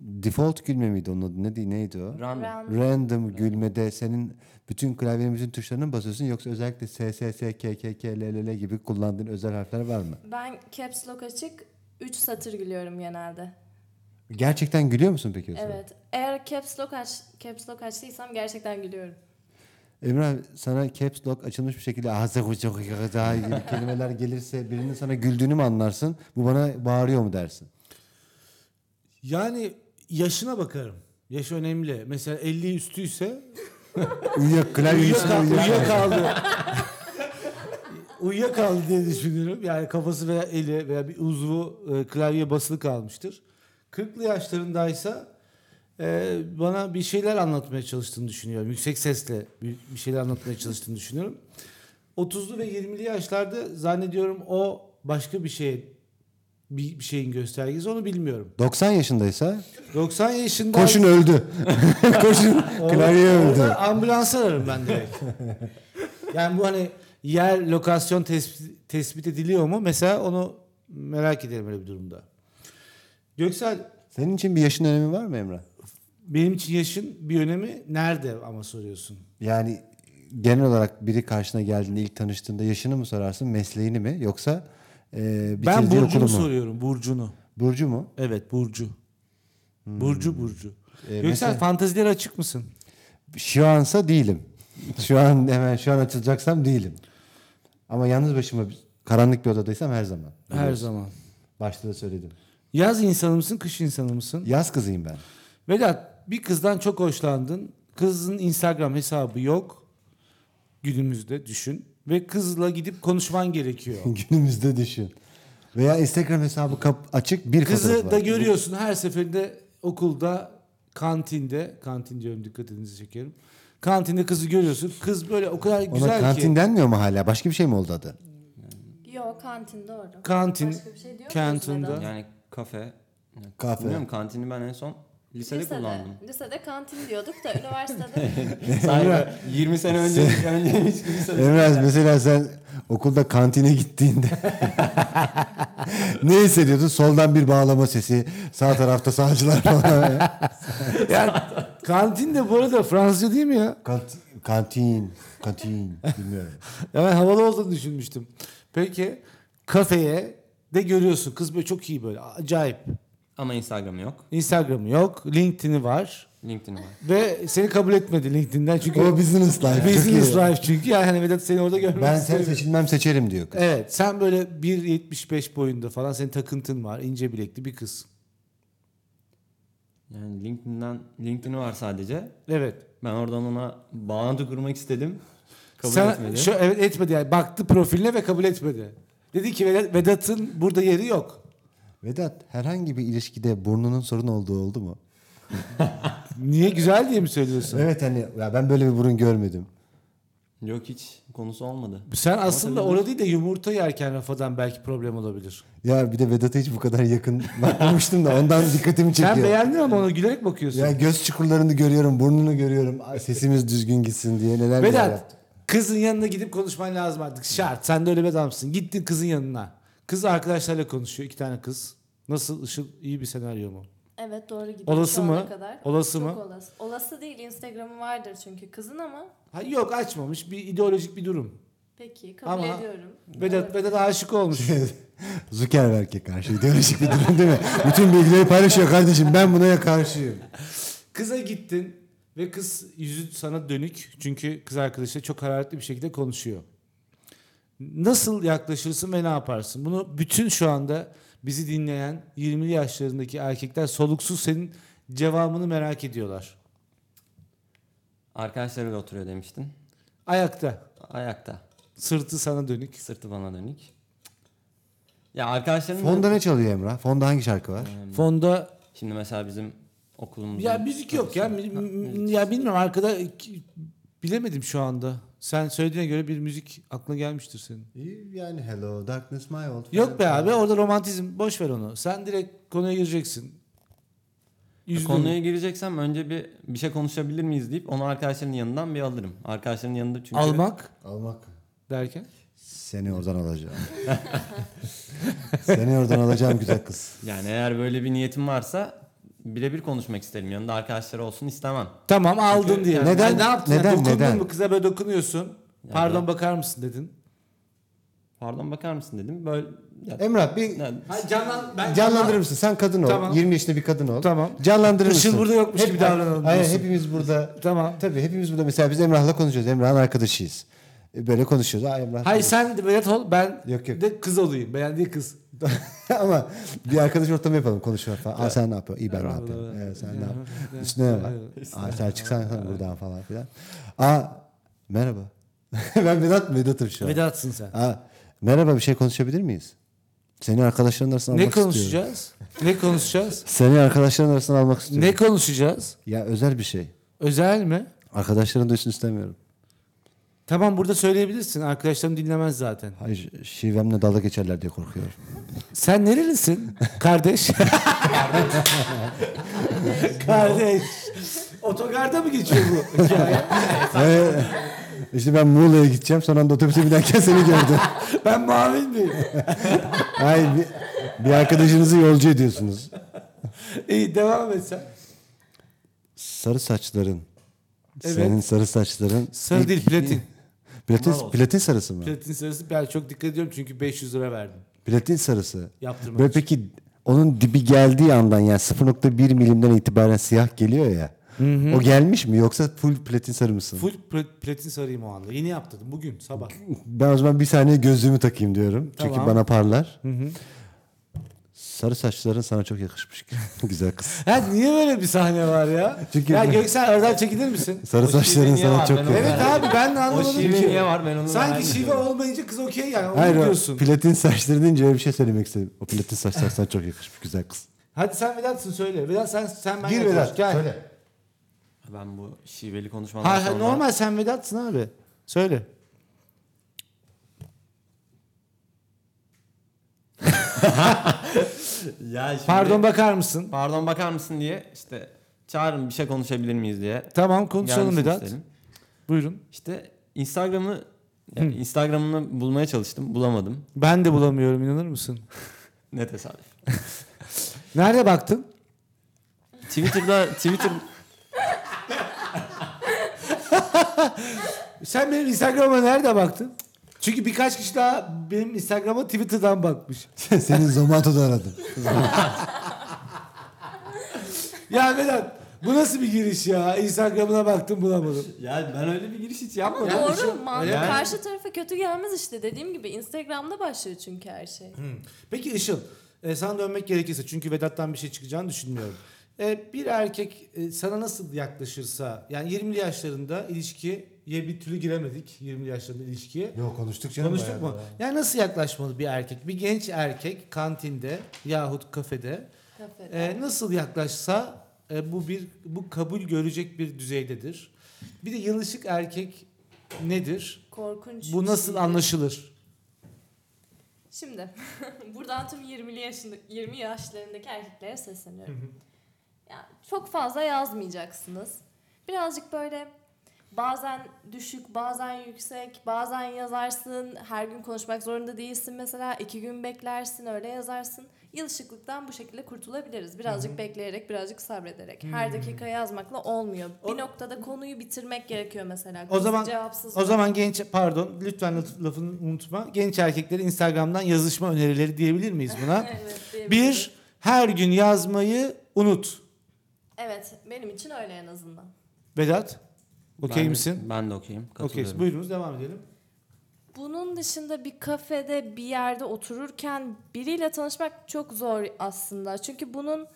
Speaker 3: default gülme miydi onun adı? Neydi, neydi o?
Speaker 4: Run.
Speaker 5: Round.
Speaker 3: Random gülmede senin bütün klavyenin bütün tuşlarına mı basıyorsun yoksa özellikle SSS, KKK, LLL gibi kullandığın özel harfler var mı?
Speaker 5: Ben caps lock açık 3 satır gülüyorum genelde.
Speaker 3: Gerçekten gülüyor musun peki o zaman?
Speaker 5: Evet. Eğer caps lock aç caps lock açtıysam gerçekten gülüyorum.
Speaker 3: Emrah sana caps lock açılmış bir şekilde "Ağzı kucak kucak daha iyi" gibi kelimeler gelirse birinin sana güldüğünü mü anlarsın? Bu bana bağırıyor mu dersin?
Speaker 2: Yani yaşına bakarım. Yaş önemli. Mesela 50 üstüyse
Speaker 3: Uyuyak klavye
Speaker 2: uyuyakaldı.
Speaker 3: üstüne uyuyak.
Speaker 2: Uyuyakaldı. uyuyakaldı diye düşünüyorum. Yani kafası veya eli veya bir uzvu e, klavye basılı kalmıştır. 40'lı yaşlarındaysa e, bana bir şeyler anlatmaya çalıştığını düşünüyorum. Yüksek sesle bir, bir şeyler anlatmaya çalıştığını düşünüyorum. 30'lu ve 20'li yaşlarda zannediyorum o başka bir şeye bir, bir şeyin göstergesi onu bilmiyorum.
Speaker 3: 90 yaşındaysa
Speaker 2: 90 yaşında
Speaker 3: koşun öldü. koşun klavye öldü.
Speaker 2: Orada ambulans ararım ben direkt. yani bu hani yer lokasyon tespit, tespit ediliyor mu? Mesela onu merak ederim öyle bir durumda. Göksel
Speaker 3: Senin için bir yaşın önemi var mı Emrah?
Speaker 2: benim için yaşın bir önemi nerede ama soruyorsun.
Speaker 3: Yani genel olarak biri karşına geldiğinde ilk tanıştığında yaşını mı sorarsın, mesleğini mi yoksa e,
Speaker 2: Ben
Speaker 3: bitirdiği okulu
Speaker 2: Burcu'nu
Speaker 3: mu?
Speaker 2: soruyorum. Burcu'nu.
Speaker 3: Burcu mu?
Speaker 2: Evet Burcu. Burcu Burcu.
Speaker 3: Hmm. E,
Speaker 2: Göksel
Speaker 3: mesela-
Speaker 2: fantezilere açık mısın?
Speaker 3: Şu ansa değilim. Şu an hemen şu an açılacaksam değilim. Ama yalnız başıma bir- karanlık bir odadaysam her zaman.
Speaker 2: Her zaman.
Speaker 3: Başta da söyledim.
Speaker 2: Yaz insanı mısın, kış insanı mısın?
Speaker 3: Yaz kızıyım ben.
Speaker 2: Vedat bir kızdan çok hoşlandın. Kızın Instagram hesabı yok. Günümüzde düşün. Ve kızla gidip konuşman gerekiyor.
Speaker 3: Günümüzde düşün. Veya Instagram hesabı kap açık bir fotoğrafı
Speaker 2: Kızı
Speaker 3: var.
Speaker 2: da görüyorsun her seferinde okulda, kantinde, kantin diyorum dikkatinizi çekerim. Kantinde kızı görüyorsun. Kız böyle o kadar
Speaker 3: Ona
Speaker 2: güzel
Speaker 3: kantin
Speaker 2: ki.
Speaker 3: denmiyor mu hala? Başka bir şey mi oldu adı?
Speaker 5: Yok kantin doğru.
Speaker 2: Kantin,
Speaker 5: Başka bir şey diyor
Speaker 2: kantında.
Speaker 5: musunuz
Speaker 4: Yani kafe. yani
Speaker 3: Kafe.
Speaker 4: Bilmiyorum kantini ben en son lisede, kullandım.
Speaker 5: lisede kantin diyorduk da üniversitede
Speaker 4: Sahibi 20 sene önce, önce hiç lisede.
Speaker 3: Emre mesela sen okulda kantine gittiğinde ne hissediyordun? Soldan bir bağlama sesi, sağ tarafta sağcılar falan.
Speaker 2: Yani kantin de bu arada Fransızca değil mi ya?
Speaker 3: Kant- kantin, kantin bilmiyorum.
Speaker 2: Ya ben havalı olduğunu düşünmüştüm. Peki kafeye de görüyorsun. Kız böyle çok iyi böyle. Acayip.
Speaker 4: Ama Instagram'ı yok.
Speaker 2: Instagram'ı yok. LinkedIn'i var.
Speaker 4: LinkedIn var.
Speaker 2: Ve seni kabul etmedi LinkedIn'den. Çünkü
Speaker 3: O business life. çok
Speaker 2: business
Speaker 3: iyi.
Speaker 2: life çünkü. Yani hani Vedat seni orada görmek
Speaker 3: Ben sen
Speaker 2: istemiyor.
Speaker 3: seçilmem seçerim diyor. kız.
Speaker 2: Evet. Sen böyle 1.75 boyunda falan senin takıntın var. ince bilekli bir kız.
Speaker 4: Yani LinkedIn'den LinkedIn'i var sadece.
Speaker 2: Evet.
Speaker 4: Ben oradan ona bağlantı kurmak istedim. Kabul
Speaker 2: Sen-
Speaker 4: etmedi.
Speaker 2: Şu, evet etmedi yani. Baktı profiline ve kabul etmedi. Dedi ki Vedat- Vedat'ın burada yeri yok.
Speaker 3: Vedat herhangi bir ilişkide burnunun sorun olduğu oldu mu?
Speaker 2: Niye güzel diye mi söylüyorsun?
Speaker 3: Evet hani ya ben böyle bir burun görmedim.
Speaker 4: Yok hiç konusu olmadı.
Speaker 2: Sen aslında orada değil de yumurta yerken rafadan belki problem olabilir.
Speaker 3: Ya bir de Vedat'a hiç bu kadar yakın bakmamıştım da ondan dikkatimi çekiyor.
Speaker 2: Sen beğendin ama ona gülerek bakıyorsun.
Speaker 3: Ya göz çukurlarını görüyorum, burnunu görüyorum. Ay, Sesimiz düzgün gitsin diye neler neler
Speaker 2: Vedat
Speaker 3: yaptım.
Speaker 2: kızın yanına gidip konuşman lazım artık şart. Sen de öyle bir adamsın. Gittin kızın yanına. Kız arkadaşlarla konuşuyor iki tane kız. Nasıl Işıl iyi bir senaryo mu?
Speaker 5: evet doğru gidiyor.
Speaker 2: Olası
Speaker 5: şu ana
Speaker 2: mı?
Speaker 5: Kadar.
Speaker 2: Olası
Speaker 5: Çok
Speaker 2: mı?
Speaker 5: Olası. olası değil Instagram'ı vardır çünkü kızın ama
Speaker 2: Ha, yok açmamış bir ideolojik bir durum.
Speaker 5: peki kabul
Speaker 2: Ama-
Speaker 5: ediyorum.
Speaker 2: Vedat, Vedat aşık olmuş.
Speaker 3: Zuckerberg'e karşı ideolojik bir durum değil mi? Bütün bilgileri paylaşıyor kardeşim ben buna ya karşıyım.
Speaker 2: Kıza gittin ve kız yüzü sana dönük. Çünkü kız arkadaşıyla çok hararetli bir şekilde konuşuyor. Nasıl yaklaşırsın ve ne yaparsın? Bunu bütün şu anda bizi dinleyen 20'li yaşlarındaki erkekler soluksuz senin cevabını merak ediyorlar.
Speaker 4: Arkadaşlarıyla oturuyor demiştin.
Speaker 2: Ayakta.
Speaker 4: Ayakta.
Speaker 2: Sırtı sana dönük.
Speaker 4: Sırtı bana dönük. Ya arkadaşlarım
Speaker 3: Fonda ne çalıyor Emrah? Fonda hangi şarkı var?
Speaker 2: Hmm. Fonda
Speaker 4: şimdi mesela bizim okulumuzda
Speaker 2: ya müzik yok ya. Mi- mi-
Speaker 4: E,
Speaker 2: Ya bilmiyorum arkada ki- bilemedim şu anda. Sen söylediğine göre bir müzik aklına gelmiştir senin.
Speaker 3: Yani Hello Darkness My Old
Speaker 2: Yok be abi orada romantizm boş ver onu. Sen direkt konuya gireceksin. Yüzlü
Speaker 4: konuya gireceksem önce bir bir şey konuşabilir miyiz deyip onu arkadaşların yanından bir alırım. Arkadaşların yanında çünkü
Speaker 2: almak
Speaker 3: Almak.
Speaker 2: derken.
Speaker 3: Seni oradan alacağım. Seni oradan alacağım güzel kız.
Speaker 4: yani eğer böyle bir niyetim varsa birebir konuşmak isterim. Yanında arkadaşları olsun istemem.
Speaker 2: Tamam aldın
Speaker 4: Çünkü-
Speaker 2: diye.
Speaker 4: Neden-
Speaker 2: Sen ne yaptın?
Speaker 3: neden-
Speaker 2: Dokundun
Speaker 3: neden?
Speaker 2: mu kıza böyle dokunuyorsun? Pardon bakar mısın dedin.
Speaker 4: Pardon bakar mısın dedim. Böyle ya,
Speaker 3: Emrah bir
Speaker 4: ya,
Speaker 2: Hayır canlan ben
Speaker 3: canlandırır mısın? Sen kadın ol.
Speaker 2: Tamam.
Speaker 3: 20 yaşında bir kadın ol.
Speaker 2: Tamam.
Speaker 3: Canlandırır mısın?
Speaker 2: Işıl burada yokmuş gibi davranalım.
Speaker 3: Hayır
Speaker 2: diyorsun.
Speaker 3: hepimiz burada.
Speaker 2: Tamam.
Speaker 3: Tabii hepimiz burada mesela biz Emrah'la konuşuyoruz. Emrah'ın arkadaşıyız. E, Böyle konuşuyoruz. Aa, Emrah.
Speaker 2: Hayır sen de Vedat ol ben
Speaker 3: Yok, yok.
Speaker 2: de kız olayım. Beğendiği kız.
Speaker 3: Ama bir arkadaş ortamı yapalım konuşma falan. Aa sen ne yapıyorsun? İyi ben ne yapıyorum? Evet, sen ne yapıyorsun? Üstüne ne var? Aa sen çıksan sen buradan falan filan. Aa merhaba. ben Vedat Vedat'ım şu an.
Speaker 2: Vedat'sın sen.
Speaker 3: Aa, merhaba bir şey konuşabilir miyiz? Seni arkadaşların arasına
Speaker 2: Ne
Speaker 3: almak istiyorum.
Speaker 2: konuşacağız? ne konuşacağız?
Speaker 3: Seni arkadaşların arasına almak istiyorum.
Speaker 2: Ne konuşacağız?
Speaker 3: Ya özel bir şey.
Speaker 2: Özel mi?
Speaker 3: Arkadaşların duysun istemiyorum.
Speaker 2: Tamam burada söyleyebilirsin. Arkadaşlarım dinlemez zaten.
Speaker 3: Hayır şivemle dalga geçerler diye korkuyorum.
Speaker 2: Sen nerelisin? Kardeş. Kardeş. Otogarda mı geçiyor bu?
Speaker 3: Ee, işte ben Muğla'ya gideceğim. Son anda otobüse binerken seni gördüm.
Speaker 2: ben Mavin miyim?
Speaker 3: Hayır bir, bir arkadaşınızı yolcu ediyorsunuz.
Speaker 2: İyi devam et sen.
Speaker 3: Sarı saçların
Speaker 2: Evet.
Speaker 3: Senin sarı saçların.
Speaker 2: Sarı değil platin.
Speaker 3: Platin,
Speaker 2: Bravo.
Speaker 3: platin sarısı mı?
Speaker 2: Platin sarısı ben çok dikkat ediyorum çünkü 500 lira verdim.
Speaker 3: Platin sarısı.
Speaker 2: Yaptırmak
Speaker 3: Böyle
Speaker 2: için.
Speaker 3: peki onun dibi geldiği andan yani 0.1 milimden itibaren siyah geliyor ya. O gelmiş mi yoksa full platin sarı mısın?
Speaker 2: Full pl- platin sarıyım o anda. Yeni yaptırdım bugün sabah.
Speaker 3: Ben o zaman bir saniye gözlüğümü takayım diyorum. Çünkü
Speaker 2: Tamam.
Speaker 3: bana parlar. Sarı saçların sana çok yakışmış. Güzel kız.
Speaker 2: ha niye böyle bir sahne var ya?
Speaker 3: Çünkü-
Speaker 2: ya Göksel oradan çekilir misin?
Speaker 3: Sarı
Speaker 4: O şive
Speaker 3: saçların
Speaker 4: niye
Speaker 3: sana
Speaker 4: var?
Speaker 3: çok
Speaker 4: Ben onu
Speaker 3: yakışmış.
Speaker 2: Evet abi ben de
Speaker 4: O
Speaker 2: anlamadım
Speaker 4: şive
Speaker 2: ki.
Speaker 4: niye var ben onu
Speaker 2: Sanki
Speaker 4: merak
Speaker 2: şive
Speaker 4: ediyorum.
Speaker 2: olmayınca kız okey yani onu
Speaker 3: Hayır o
Speaker 2: diyorsun.
Speaker 3: platin saçları deyince öyle bir şey söylemek istedim. O platin saçlar sana çok yakışmış. Güzel kız.
Speaker 2: Hadi sen Vedat'sın söyle. Vedat sen sen ben
Speaker 3: Gir
Speaker 2: yapıyoruz.
Speaker 3: Vedat,
Speaker 2: Gel.
Speaker 3: söyle.
Speaker 4: Ben bu şiveli konuşmadan
Speaker 2: Ha, ha,
Speaker 4: sonra...
Speaker 2: normal sen Vedat'sın abi. Söyle.
Speaker 4: Ya şimdi-
Speaker 2: Pardon bakar mısın?
Speaker 4: Pardon bakar mısın diye işte çağırın bir şey konuşabilir miyiz diye.
Speaker 2: Tamam konuşalım
Speaker 4: Gelmesini
Speaker 2: Vedat.
Speaker 4: istedim.
Speaker 2: Buyurun.
Speaker 4: İşte Instagram'ı yani Instagram'ını bulmaya çalıştım. Bulamadım.
Speaker 2: Ben de bulamıyorum inanır mısın?
Speaker 4: Ne tesadüf.
Speaker 2: Nerede baktın?
Speaker 4: Twitter'da Twitter
Speaker 2: Sen benim Instagram'a nerede baktın? Çünkü birkaç kişi daha benim Instagram'a Twitter'dan bakmış.
Speaker 3: Senin Zomato'da aradım.
Speaker 2: ya Vedat bu nasıl bir giriş ya? Instagram'ına baktım bulamadım. şey
Speaker 4: yani ben öyle bir giriş hiç yapmadım.
Speaker 5: Doğru mantık
Speaker 4: Yani-
Speaker 5: karşı tarafa kötü gelmez işte dediğim gibi Instagram'da başlıyor çünkü her şey.
Speaker 2: Peki Işıl e, sana dönmek gerekirse çünkü Vedat'tan bir şey çıkacağını düşünmüyorum. E, bir erkek e, sana nasıl yaklaşırsa yani 20'li yaşlarında ilişkiye bir türlü giremedik 20'li yaşlarında ilişkiye.
Speaker 3: Yok konuştuk
Speaker 2: Konuştuk mu? Yani nasıl yaklaşmalı bir erkek? Bir genç erkek kantinde yahut kafede
Speaker 5: Kafede.
Speaker 2: e, nasıl yaklaşsa e, bu bir bu kabul görecek bir düzeydedir. Bir de yılışık erkek nedir?
Speaker 5: Korkunç.
Speaker 2: Bu nasıl
Speaker 5: anlaşılır?
Speaker 2: anlaşılır?
Speaker 5: Şimdi buradan tüm 20'li yaşında 20 yaşlarındaki erkeklere sesleniyorum. ya çok fazla yazmayacaksınız. Birazcık böyle bazen düşük, bazen yüksek, bazen yazarsın. Her gün konuşmak zorunda değilsin mesela. iki gün beklersin, öyle yazarsın. Yılışıklıktan bu şekilde kurtulabiliriz. Birazcık bekleyerek, birazcık sabrederek. Her dakika yazmakla olmuyor.
Speaker 2: O-
Speaker 5: Bir noktada konuyu bitirmek gerekiyor mesela.
Speaker 2: O zaman-
Speaker 5: cevapsız
Speaker 2: O zaman genç pardon lütfen laf- lafını unutma. Genç erkeklere Instagram'dan yazışma önerileri diyebilir miyiz buna?
Speaker 5: Evet, diyebilirim.
Speaker 2: bir her gün yazmayı unut.
Speaker 5: Evet, benim için öyle en azından.
Speaker 2: Vedat okey
Speaker 4: Ben-
Speaker 2: misin?
Speaker 4: Ben de okeyim. Katılıyorum.
Speaker 2: Okey buyurunuz devam edelim.
Speaker 5: Bunun dışında bir kafede bir yerde otururken biriyle tanışmak çok zor aslında. Çünkü bunun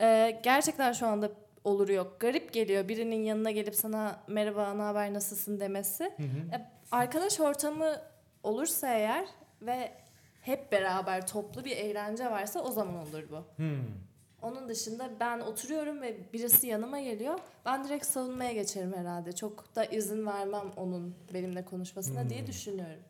Speaker 5: e, gerçekten şu anda olur yok. Garip geliyor birinin yanına gelip sana merhaba ne haber nasılsın demesi. E, arkadaş ortamı olursa eğer ve hep beraber toplu bir eğlence varsa o zaman olur bu. Onun dışında ben oturuyorum ve birisi yanıma geliyor. Ben direkt savunmaya geçerim herhalde. Çok da izin vermem onun benimle konuşmasına diye düşünüyorum.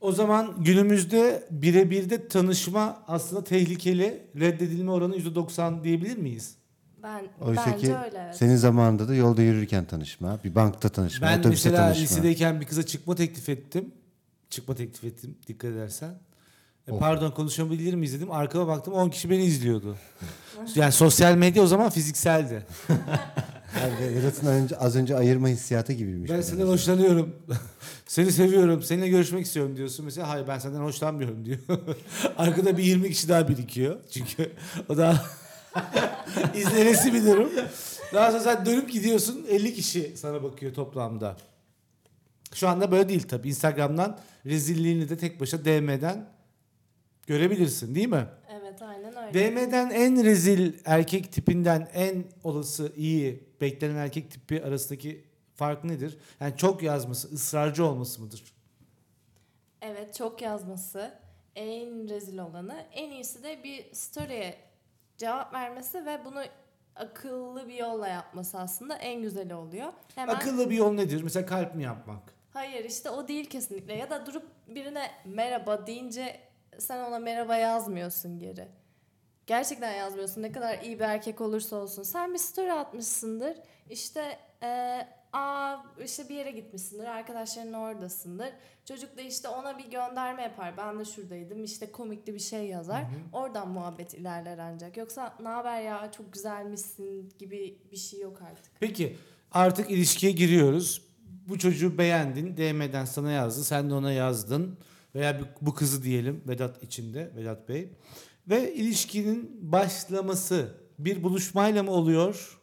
Speaker 2: O zaman günümüzde birebirde tanışma aslında tehlikeli. Reddedilme oranı %90 diyebilir miyiz?
Speaker 5: Ben
Speaker 3: Oysa
Speaker 5: bence
Speaker 3: ki
Speaker 5: öyle. evet.
Speaker 3: senin zamanında da yolda yürürken tanışma, bir bankta tanışma,
Speaker 2: Ben
Speaker 3: otobüste
Speaker 2: mesela
Speaker 3: tanışma.
Speaker 2: lisedeyken bir kıza çıkma teklif ettim. Çıkma teklif ettim dikkat edersen. E,
Speaker 3: Oh.
Speaker 2: Pardon konuşabilir miyiz dedim. Arkama baktım 10 kişi beni izliyordu. yani sosyal medya o zaman fizikseldi.
Speaker 3: Yani Vedat'ın şey önce- az önce ayırma hissiyatı gibiymiş.
Speaker 2: ben
Speaker 3: bu
Speaker 2: senden
Speaker 3: demek.
Speaker 2: hoşlanıyorum. Seni seviyorum. Seninle görüşmek istiyorum diyorsun. Mesela hayır ben senden hoşlanmıyorum diyor. Arkada bir 20 kişi daha birikiyor. Çünkü o da izlenesi bir durum. Daha sonra sen dönüp gidiyorsun 50 kişi sana bakıyor toplamda. Şu anda böyle değil tabii. Instagram'dan rezilliğini de tek başına DM'den görebilirsin değil mi?
Speaker 5: Evet aynen öyle.
Speaker 2: DM'den en rezil erkek tipinden en olası iyi beklenen erkek tipi arasındaki fark nedir? Yani çok yazması, ısrarcı olması mıdır?
Speaker 5: Evet çok yazması en rezil olanı. En iyisi de bir story'e cevap vermesi ve bunu akıllı bir yolla yapması aslında en güzeli oluyor. Hemen
Speaker 2: Akıllı bir yol nedir? Mesela kalp mi yapmak?
Speaker 5: hayır işte o değil kesinlikle ya da durup birine merhaba deyince sen ona merhaba yazmıyorsun geri. Gerçekten yazmıyorsun ne kadar iyi bir erkek olursa olsun. Sen bir story atmışsındır işte eee aa işte bir yere gitmişsindir arkadaşların oradasındır. Çocuk da işte ona bir gönderme yapar. Ben de şuradaydım. işte komikli bir şey yazar. Oradan muhabbet ilerler ancak. Yoksa ne haber ya çok güzelmişsin gibi bir şey yok artık.
Speaker 2: Peki Artık ilişkiye giriyoruz. Bu çocuğu beğendin. DM'den sana yazdı. Sen de ona yazdın. Veya bir- bu kızı diyelim Vedat içinde. Vedat Bey. Ve ilişkinin başlaması bir buluşmayla mı oluyor?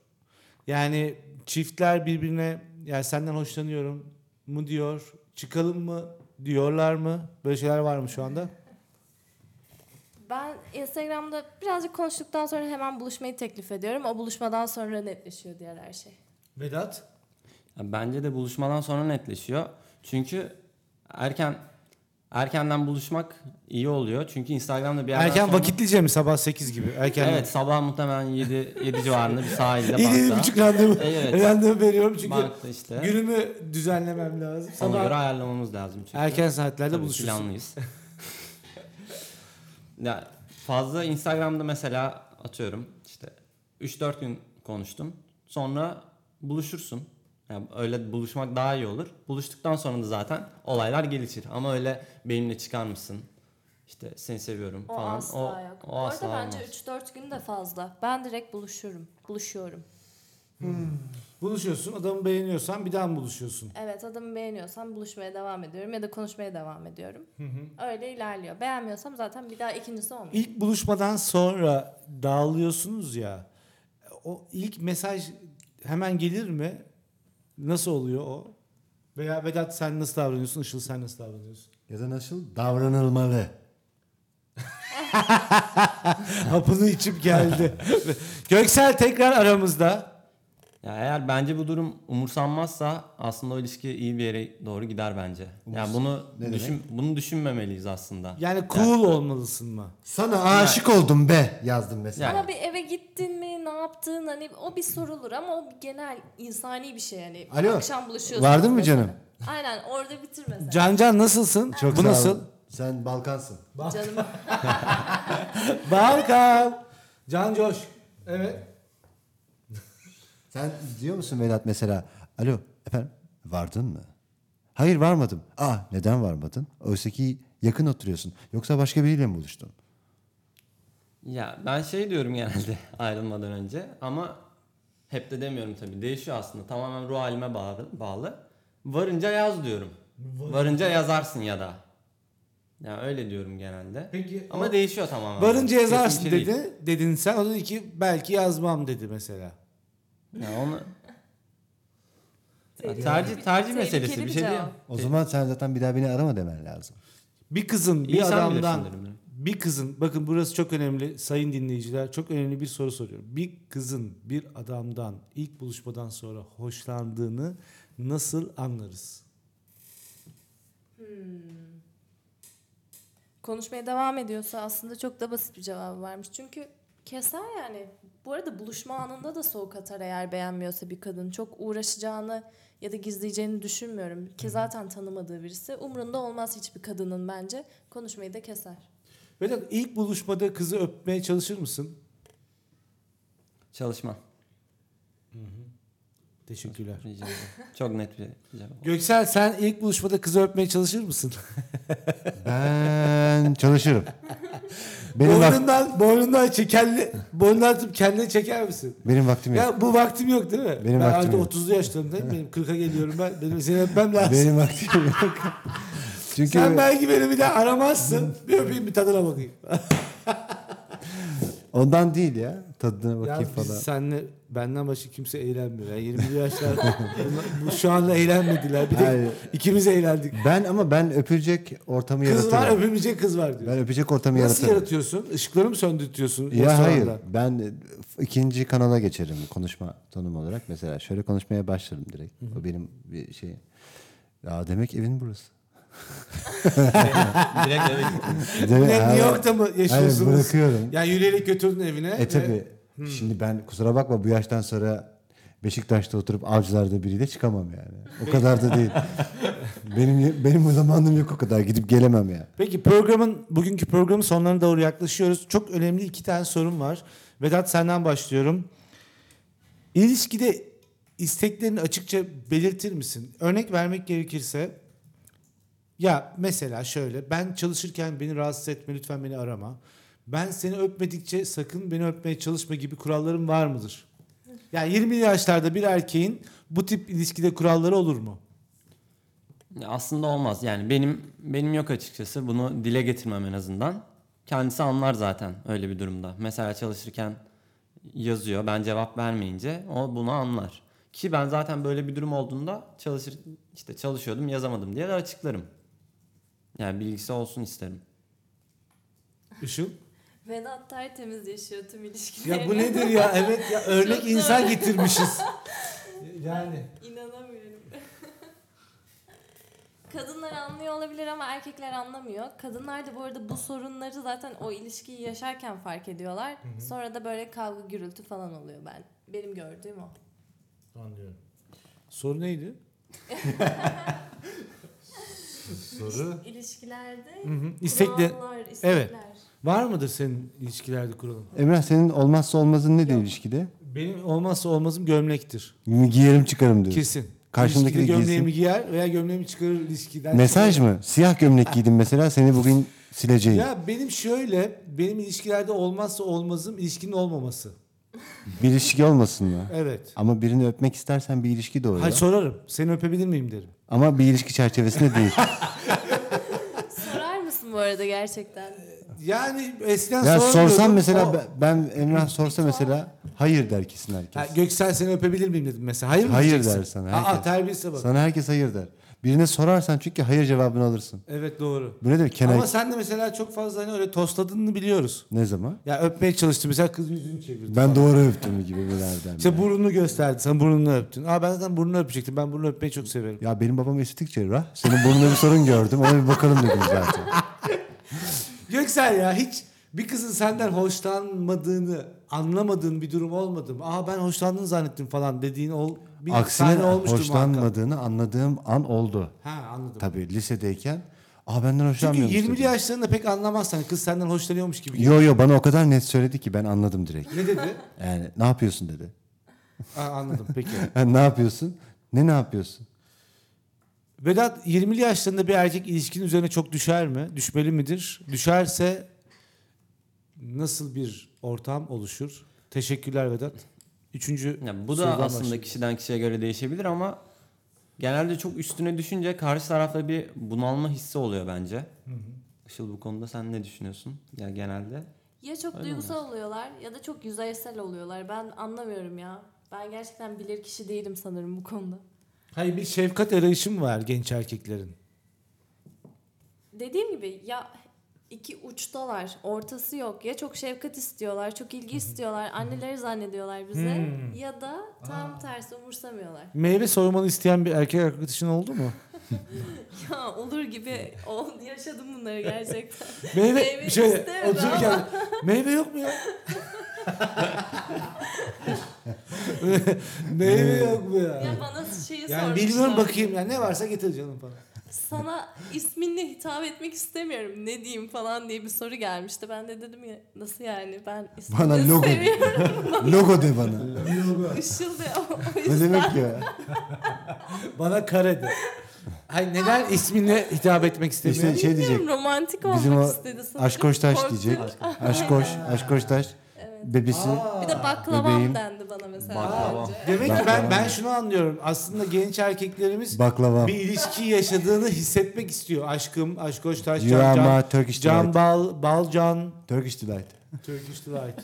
Speaker 2: Yani çiftler birbirine ya senden hoşlanıyorum mu diyor. Çıkalım mı diyorlar mı? Böyle şeyler var mı şu anda?
Speaker 5: Ben Instagram'da birazcık konuştuktan sonra hemen buluşmayı teklif ediyorum. O buluşmadan sonra netleşiyor diğer her şey.
Speaker 2: Vedat?
Speaker 4: Ya Bence de buluşmadan sonra netleşiyor. Çünkü erken erkenden buluşmak iyi oluyor. Çünkü Instagram'da bir yerden
Speaker 2: Erken
Speaker 4: sonra-
Speaker 2: vakitlice mi sabah 8 gibi? Erken
Speaker 4: Evet sabah muhtemelen 7 7 civarında bir sahilde
Speaker 2: İyi
Speaker 4: bankta.
Speaker 2: buçuk randevu,
Speaker 4: Evet.
Speaker 2: randevu veriyorum çünkü
Speaker 4: Bankta işte.
Speaker 2: günümü düzenlemem lazım.
Speaker 4: Ona
Speaker 2: Sabah
Speaker 4: göre ayarlamamız lazım. Çünkü.
Speaker 2: erken saatlerde
Speaker 4: Tabii
Speaker 2: buluşursun.
Speaker 4: planlıyız. ya fazla Instagram'da mesela atıyorum işte 3-4 gün konuştun. Sonra buluşursun. Yani öyle buluşmak daha iyi olur. Buluştuktan sonra da zaten olaylar gelişir. Ama öyle benimle çıkar mısın? İşte seni seviyorum
Speaker 5: O
Speaker 4: falan.
Speaker 5: asla yok.
Speaker 4: O asla
Speaker 5: Orada bence
Speaker 4: olmaz.
Speaker 5: 3-4 gün de fazla. Ben direkt buluşurum. Buluşuyorum.
Speaker 2: Buluşuyorsun adamı beğeniyorsan bir daha mı buluşuyorsun?
Speaker 5: Evet adamı beğeniyorsam buluşmaya devam ediyorum ya da konuşmaya devam ediyorum. Öyle ilerliyor. Beğenmiyorsam zaten bir daha ikincisi olmuyor.
Speaker 2: İlk buluşmadan sonra dağılıyorsunuz ya. O ilk mesaj hemen gelir mi? Nasıl oluyor o? Veya Vedat sen nasıl davranıyorsun? Işıl sen nasıl davranıyorsun?
Speaker 3: Ya da nasıl davranılmalı?
Speaker 2: Hapını içip geldi. Göksel tekrar aramızda.
Speaker 4: Ya eğer bence bu durum umursanmazsa aslında o ilişki iyi bir yere doğru gider bence. yani bunu
Speaker 3: ne demek?
Speaker 4: düşün, bunu düşünmemeliyiz aslında.
Speaker 2: Yani cool olmalısın mı?
Speaker 3: Sana aşık oldum be yazdım mesela.
Speaker 4: Yani-
Speaker 5: Ama bir eve gittin mi, ne yaptın hani o bir sorulur ama o bir genel insani bir şey yani.
Speaker 3: Alo,
Speaker 5: Akşam buluşuyorsun.
Speaker 3: vardın mı
Speaker 5: mesela.
Speaker 3: canım?
Speaker 5: Aynen orada bitir mesela.
Speaker 2: Can Can nasılsın?
Speaker 3: Çok
Speaker 2: Bu
Speaker 3: sağ ol.
Speaker 2: nasıl?
Speaker 3: Sen Balkansın.
Speaker 5: Canım.
Speaker 2: Balkan. Can Coş. Evet.
Speaker 3: Sen diyor musun Vedat mesela? Alo efendim vardın mı? Hayır varmadım. Aa neden varmadın? Oysa ki yakın oturuyorsun. Yoksa başka biriyle mi buluştun?
Speaker 4: Ya ben şey diyorum genelde ayrılmadan önce ama hep de demiyorum tabii. Değişiyor aslında. Tamamen ruh halime bağlı. bağlı. Varınca yaz diyorum. Varınca yazarsın ya da. Ya öyle diyorum genelde.
Speaker 2: Peki,
Speaker 4: ama
Speaker 2: o-
Speaker 4: değişiyor tamamen.
Speaker 2: Varınca
Speaker 4: Kesin bir
Speaker 2: yazarsın
Speaker 4: şey değil.
Speaker 2: dedi. Dedin sen. O dedi ki belki yazmam dedi mesela.
Speaker 4: Ya onu Ya
Speaker 5: Tehlikeli
Speaker 4: tercih
Speaker 5: bir-
Speaker 4: tercih
Speaker 5: tehlikeli
Speaker 4: meselesi bir
Speaker 5: bir
Speaker 4: şey değil.
Speaker 5: cevap.
Speaker 2: E-
Speaker 3: O zaman sen zaten bir daha beni arama demen lazım.
Speaker 2: Bir kızın bir
Speaker 4: İyi sen
Speaker 2: adamdan
Speaker 4: bilirsin derim
Speaker 2: bir kızın bakın burası çok önemli sayın dinleyiciler çok önemli bir soru soruyorum. Bir kızın bir adamdan ilk buluşmadan sonra hoşlandığını nasıl anlarız?
Speaker 5: Konuşmaya devam ediyorsa aslında çok da basit bir cevabı varmış. Çünkü keser yani. Bu arada buluşma anında da soğuk atar eğer beğenmiyorsa bir kadın. Çok uğraşacağını ya da gizleyeceğini düşünmüyorum. Ki zaten tanımadığı birisi. Umrunda olmaz hiçbir kadının bence. Konuşmayı da keser.
Speaker 2: Vedat ilk buluşmada kızı öpmeye çalışır mısın?
Speaker 4: Çalışma.
Speaker 2: Teşekkürler.
Speaker 4: Rica ederim. Çok net bir cevap.
Speaker 2: Göksel sen ilk buluşmada kızı öpmeye çalışır mısın?
Speaker 3: Ben çalışırım. Benim, vak-
Speaker 2: boynundan, boynundan çekerli, boynundan tutup kendine çeker misin?
Speaker 3: benim vaktim yok.
Speaker 2: Ya bu vaktim yok değil mi?
Speaker 3: Benim
Speaker 2: ben
Speaker 3: vaktim yok.
Speaker 2: artık 30'lu yaşlarındayım. Benim 40'a geliyorum ben. Benim seni öpmem lazım.
Speaker 3: Benim vaktim yok. Çünkü
Speaker 2: Sen belki beni bir daha aramazsın. bir öpeyim bir tadına bakayım.
Speaker 3: ondan değil ya. Tadına
Speaker 2: Ya
Speaker 3: bakayım
Speaker 2: biz
Speaker 3: falan.
Speaker 2: senle benden başka kimse eğlenmiyor. Yani 20 yaşlar bunlar- bu şu anda eğlenmediler. Bir tek
Speaker 3: Hayır.
Speaker 2: ikimiz eğlendik.
Speaker 3: Ben ama ben öpülecek ortamı
Speaker 2: Kız var
Speaker 3: yaratırım.
Speaker 2: öpemeyecek kız var diyor.
Speaker 3: ben öpecek ortamı
Speaker 2: Nasıl
Speaker 3: yaratırım.
Speaker 2: yaratıyorsun? Işıkları mı söndürtüyorsun?
Speaker 3: Ya hayır.
Speaker 2: restoranda?
Speaker 3: Ben e, f- ikinci kanala geçerim konuşma tonum olarak. Mesela şöyle konuşmaya başlarım direkt. O benim bir şey. Ya demek evin burası.
Speaker 4: Direkt eve gittim.
Speaker 3: Demek-
Speaker 2: Ne, New
Speaker 3: Hayır,
Speaker 2: York'ta mı yaşıyorsunuz?
Speaker 3: Hayır, bırakıyorum.
Speaker 2: Yani yürüyerek götürdün evine.
Speaker 3: E tabi. Şimdi ben kusura bakma bu yaştan sonra Beşiktaş'ta oturup avcılarda biriyle çıkamam yani. O kadar da değil. benim benim o zamanım yok o kadar gidip gelemem ya.
Speaker 2: Peki programın bugünkü programın sonlarına doğru yaklaşıyoruz. Çok önemli iki tane sorum var. Vedat senden başlıyorum. İlişkide isteklerini açıkça belirtir misin? Örnek vermek gerekirse ya mesela şöyle ben çalışırken beni rahatsız etme lütfen beni arama. Ben seni öpmedikçe sakın beni öpmeye çalışma gibi kurallarım var mıdır? Yani 20 yaşlarda bir erkeğin bu tip ilişkide kuralları olur mu?
Speaker 4: Ya Aslında olmaz. Yani benim benim yok açıkçası. Bunu dile getirmem en azından. Kendisi anlar zaten öyle bir durumda. Mesela çalışırken yazıyor. Ben cevap vermeyince o bunu anlar. Ki ben zaten böyle bir durum olduğunda çalışır işte çalışıyordum, yazamadım diye de açıklarım. Yani bilgisi olsun isterim.
Speaker 2: Işıl?
Speaker 5: Vedat tertemiz yaşıyor tüm ilişkilerini.
Speaker 2: Ya bu nedir ya? Evet ya örnek
Speaker 5: Çok
Speaker 2: insan getirmişiz. Yani
Speaker 5: İnanamıyorum. Kadınlar anlıyor olabilir ama erkekler anlamıyor. Kadınlar da bu arada bu sorunları zaten o ilişkiyi yaşarken fark ediyorlar. Sonra da böyle kavga gürültü falan oluyor ben. Benim gördüğüm o.
Speaker 2: anlıyorum. Soru neydi?
Speaker 3: Soru.
Speaker 5: İlişkilerde
Speaker 2: Hı hı. İstekle
Speaker 5: kurallar, istekler.
Speaker 2: Evet. var mıdır senin ilişkilerde kuralın?
Speaker 3: Emrah senin olmazsa olmazın nedir ilişkide?
Speaker 2: Benim olmazsa olmazım gömlektir.
Speaker 3: Giyerim çıkarım diyor.
Speaker 2: Kesin.
Speaker 3: Karşındaki
Speaker 2: İlişkide
Speaker 3: de giysin.
Speaker 2: gömleğimi giyer veya gömleğimi çıkarır ilişkiden.
Speaker 3: Mesaj mı? Siyah gömlek giydim mesela seni bugün sileceğim.
Speaker 2: Ya benim şöyle, benim ilişkilerde olmazsa olmazım ilişkinin olmaması.
Speaker 3: Bir ilişki olmasın mı?
Speaker 2: Evet.
Speaker 3: Ama birini öpmek istersen bir ilişki doğuyor.
Speaker 2: Hayır sorarım. Seni öpebilir miyim derim.
Speaker 3: Ama bir ilişki çerçevesinde değil.
Speaker 5: Sorar mısın bu arada gerçekten?
Speaker 2: Yani eskiden
Speaker 3: ya sorsam
Speaker 2: sormuyordum.
Speaker 3: mesela
Speaker 2: O-
Speaker 3: ben- ben Emrah sorsa mesela hayır der kesin herkes.
Speaker 2: Ha, Göksel seni öpebilir miyim dedim mesela. Hayır mı
Speaker 3: Hayır
Speaker 2: diyeceksin?
Speaker 3: der sana,
Speaker 2: Aa
Speaker 3: herkes.
Speaker 2: terbiyesize bak.
Speaker 3: Sana herkes hayır der. Birine sorarsan çünkü hayır cevabını alırsın.
Speaker 2: Evet doğru.
Speaker 3: Bu nedir? Kenar
Speaker 2: Ama sen de mesela çok fazla hani öyle tostladığını biliyoruz.
Speaker 3: ne zaman?
Speaker 2: Ya öpmeye çalıştı mesela kız yüzünü çevirdi.
Speaker 3: Ben doğru öptüm gibi bilerden.
Speaker 2: İşte burnunu gösterdi. Sen burnunu öptün. Aa ben zaten burnunu öpecektim. Ben burnunu öpmeyi çok severim.
Speaker 3: Ya benim babam estetik cerrah. Senin burnunda bir sorun gördüm. Ona bir bakalım dedim zaten.
Speaker 2: Göksel ya hiç bir kızın senden hoşlanmadığını anlamadığın bir durum olmadı mı? Aa ben hoşlandığını zannettim falan dediğin ol, bir
Speaker 3: Aksine
Speaker 2: sahne olmuştu muhakkak.
Speaker 3: hoşlanmadığını anladığım an oldu.
Speaker 2: Ha anladım.
Speaker 3: Tabii lisedeyken. Aa benden
Speaker 2: Çünkü
Speaker 3: hoşlanmıyormuş
Speaker 2: 20'li
Speaker 3: dedim.
Speaker 2: yaşlarında pek anlamazsan kız senden hoşlanıyormuş gibi.
Speaker 3: Yo yo bana o kadar net söyledi ki ben anladım direkt.
Speaker 2: Ne dedi?
Speaker 3: Yani ne yapıyorsun dedi.
Speaker 2: Aa, anladım peki.
Speaker 3: "Ha, ne yapıyorsun? Ne ne yapıyorsun?
Speaker 2: Vedat 20'li yaşlarında bir erkek ilişkinin üzerine çok düşer mi? Düşmeli midir? Düşerse nasıl bir ortam oluşur? Teşekkürler Vedat. Üçüncü
Speaker 4: Yani bu da
Speaker 2: sorudan
Speaker 4: aslında
Speaker 2: başlayalım.
Speaker 4: kişiden kişiye göre değişebilir ama genelde çok üstüne düşünce karşı tarafta bir bunalma hissi oluyor bence. Işıl bu konuda sen ne düşünüyorsun? Ya genelde
Speaker 5: Ya çok
Speaker 4: Öyle
Speaker 5: duygusal oluyorlar ya da çok yüzeysel oluyorlar. Ben anlamıyorum ya. Ben gerçekten bilir kişi değilim sanırım bu konuda.
Speaker 2: Hayır bir şefkat arayışı mı var genç erkeklerin?
Speaker 5: Dediğim gibi ya iki uçtalar. Ortası yok. Ya çok şefkat istiyorlar, çok ilgi istiyorlar. Anneleri zannediyorlar bize.
Speaker 3: Hmm.
Speaker 5: Ya da tam tersi umursamıyorlar.
Speaker 2: Meyve soymanı isteyen bir erkek arkadaşın oldu mu?
Speaker 5: Ya olur gibi oldu. Yaşadım bunları gerçekten.
Speaker 2: Meyve
Speaker 5: Meyve
Speaker 2: şöyle
Speaker 5: istemedi
Speaker 2: otururken meyve yok mu ya? meyve yok mu ya?
Speaker 5: ya bana şeyi
Speaker 2: Yani
Speaker 5: sormuşlar.
Speaker 2: bilmiyorum bakayım ya ne varsa getir canım falan.
Speaker 5: Sana isminle hitap etmek istemiyorum. Ne diyeyim falan diye bir soru gelmişti. Ben de dedim ya nasıl yani ben ismini
Speaker 3: Bana logo.
Speaker 5: seviyorum.
Speaker 3: Logo de bana.
Speaker 5: Işıl de o, o
Speaker 3: ne
Speaker 5: yüzden.
Speaker 3: demek ya?
Speaker 2: Bana kare de. Hayır neden isminle hitap etmek istemiyor?
Speaker 3: İşte şey diyecek.
Speaker 5: Bilmiyorum, romantik
Speaker 3: Bizim
Speaker 5: olmak
Speaker 3: o
Speaker 5: istedi sanırım.
Speaker 3: Aşkoş Taş
Speaker 5: Korktu.
Speaker 3: diyecek. Aşkoş, Aşkoş Taş. Bebisi.
Speaker 5: Bir de baklavam
Speaker 3: Bebeğim.
Speaker 5: dendi bana mesela.
Speaker 4: Baklavam.
Speaker 5: önce.
Speaker 2: Demek ki ben ben şunu anlıyorum. Aslında genç erkeklerimiz
Speaker 3: Baklava.
Speaker 2: bir ilişki yaşadığını hissetmek istiyor. Aşkım, aşkoş taş,
Speaker 3: You
Speaker 2: can,
Speaker 3: are
Speaker 2: can,
Speaker 3: my Turkish
Speaker 2: can
Speaker 3: delight.
Speaker 2: bal, balcan,
Speaker 3: Turkish Delight.
Speaker 2: Turkish Delight.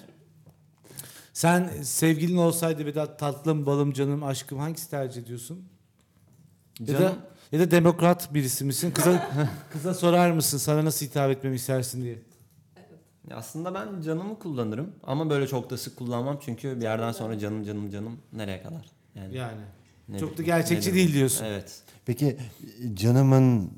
Speaker 2: Sen sevgilin olsaydı Vedat tatlım, balım, canım, aşkım hangisi tercih ediyorsun? Ya da,
Speaker 4: Canım-
Speaker 2: ya da demokrat birisi misin? Kıza, kıza sorar mısın sana nasıl hitap etmemi istersin diye.
Speaker 4: Ya Aslında ben canımı kullanırım ama böyle çok da sık kullanmam çünkü bir yerden sonra canım canım canım nereye kadar? Yani
Speaker 2: Yani.
Speaker 4: ne
Speaker 2: çok da
Speaker 4: bileyim,
Speaker 2: gerçekçi
Speaker 4: ne
Speaker 2: değil
Speaker 4: bileyim.
Speaker 2: diyorsun.
Speaker 4: Evet.
Speaker 3: Peki canımın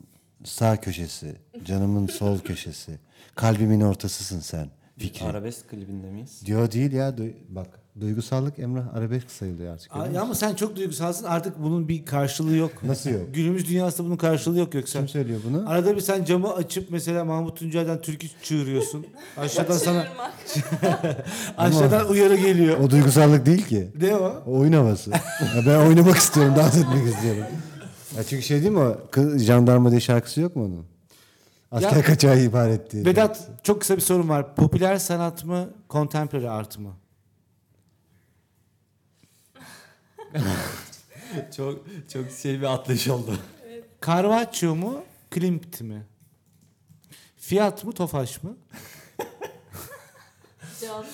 Speaker 3: sağ köşesi, canımın sol köşesi, kalbimin ortasısın sen. Fikri.
Speaker 4: Arabesk klibinde miyiz?
Speaker 3: Diyor değil ya. du- bak duygusallık Emrah arabesk sayılıyor artık.
Speaker 2: Ay,
Speaker 3: öyle mi?
Speaker 2: ama sen çok duygusalsın artık bunun bir karşılığı yok.
Speaker 3: Nasıl yok?
Speaker 2: Günümüz dünyasında bunun karşılığı yok Göksel.
Speaker 3: Kim söylüyor bunu?
Speaker 2: Arada bir sen camı açıp mesela Mahmut Tuncer'den türkü çığırıyorsun. Aşağıdan sana
Speaker 5: Çığırmak.
Speaker 2: aşağıdan uyarı geliyor.
Speaker 3: O duygusallık değil ki.
Speaker 2: Ne o?
Speaker 3: O oyun havası. Ya ben oynamak istiyorum, dans etmek istiyorum. Ya çünkü şey değil mi o? Kız, jandarma diye şarkısı yok mu onun? Asker
Speaker 2: Ya-
Speaker 3: kaçağı ihbar ettiği.
Speaker 2: Vedat çok kısa bir sorum var. Popüler sanat mı, contemporary art mı?
Speaker 4: çok çok şey bir atlayış oldu.
Speaker 2: Carpaccio mu? Klimt mi? Fiyat mı? Tofaş mı?
Speaker 5: Can.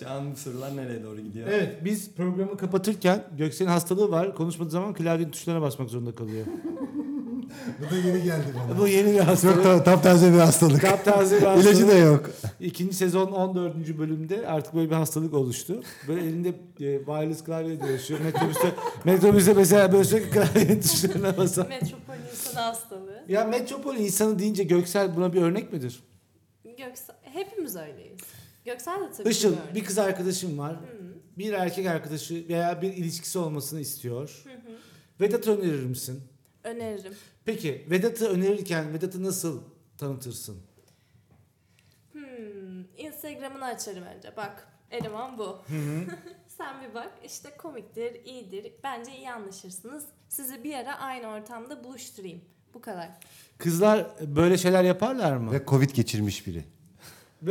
Speaker 4: Şu an sorular nereye doğru gidiyor?
Speaker 2: Evet biz programı kapatırken Göksel'in hastalığı var. Konuşmadığı zaman klavyenin tuşlarına basmak zorunda kalıyor.
Speaker 3: Bu da yeni geldi bana.
Speaker 2: Bu yeni bir
Speaker 3: Çok
Speaker 2: hastalık.
Speaker 3: ta- taptaze bir hastalık.
Speaker 2: Taptaze bir hastalık.
Speaker 3: İlacı da yok.
Speaker 2: İkinci sezon 14. bölümde artık böyle bir hastalık oluştu. Böyle elinde e, wireless klavyeyle dolaşıyor. Metrobüste, metrobüste mesela böyle sürekli klavyenin tuşlarına basar.
Speaker 5: Metropol insanı hastalığı.
Speaker 2: Ya metropol insanı deyince Göksel buna bir örnek midir?
Speaker 5: Göksel, hepimiz öyleyiz. Göksel de tabii
Speaker 2: Işıl
Speaker 5: ki öyle.
Speaker 2: bir kız arkadaşım var.
Speaker 5: Hı.
Speaker 2: Bir erkek arkadaşı veya bir ilişkisi olmasını istiyor.
Speaker 5: Hı hı.
Speaker 2: Vedat önerir misin?
Speaker 5: Öneririm.
Speaker 2: Peki Vedat'ı önerirken Vedat'ı nasıl tanıtırsın?
Speaker 5: Hmm, Instagram'ını açarım önce. Bak eleman bu. Sen bir bak işte komiktir, iyidir. Bence iyi anlaşırsınız. Sizi bir ara aynı ortamda buluşturayım. Bu kadar.
Speaker 2: Kızlar böyle şeyler yaparlar mı? Ve,
Speaker 3: Ve Covid geçirmiş biri.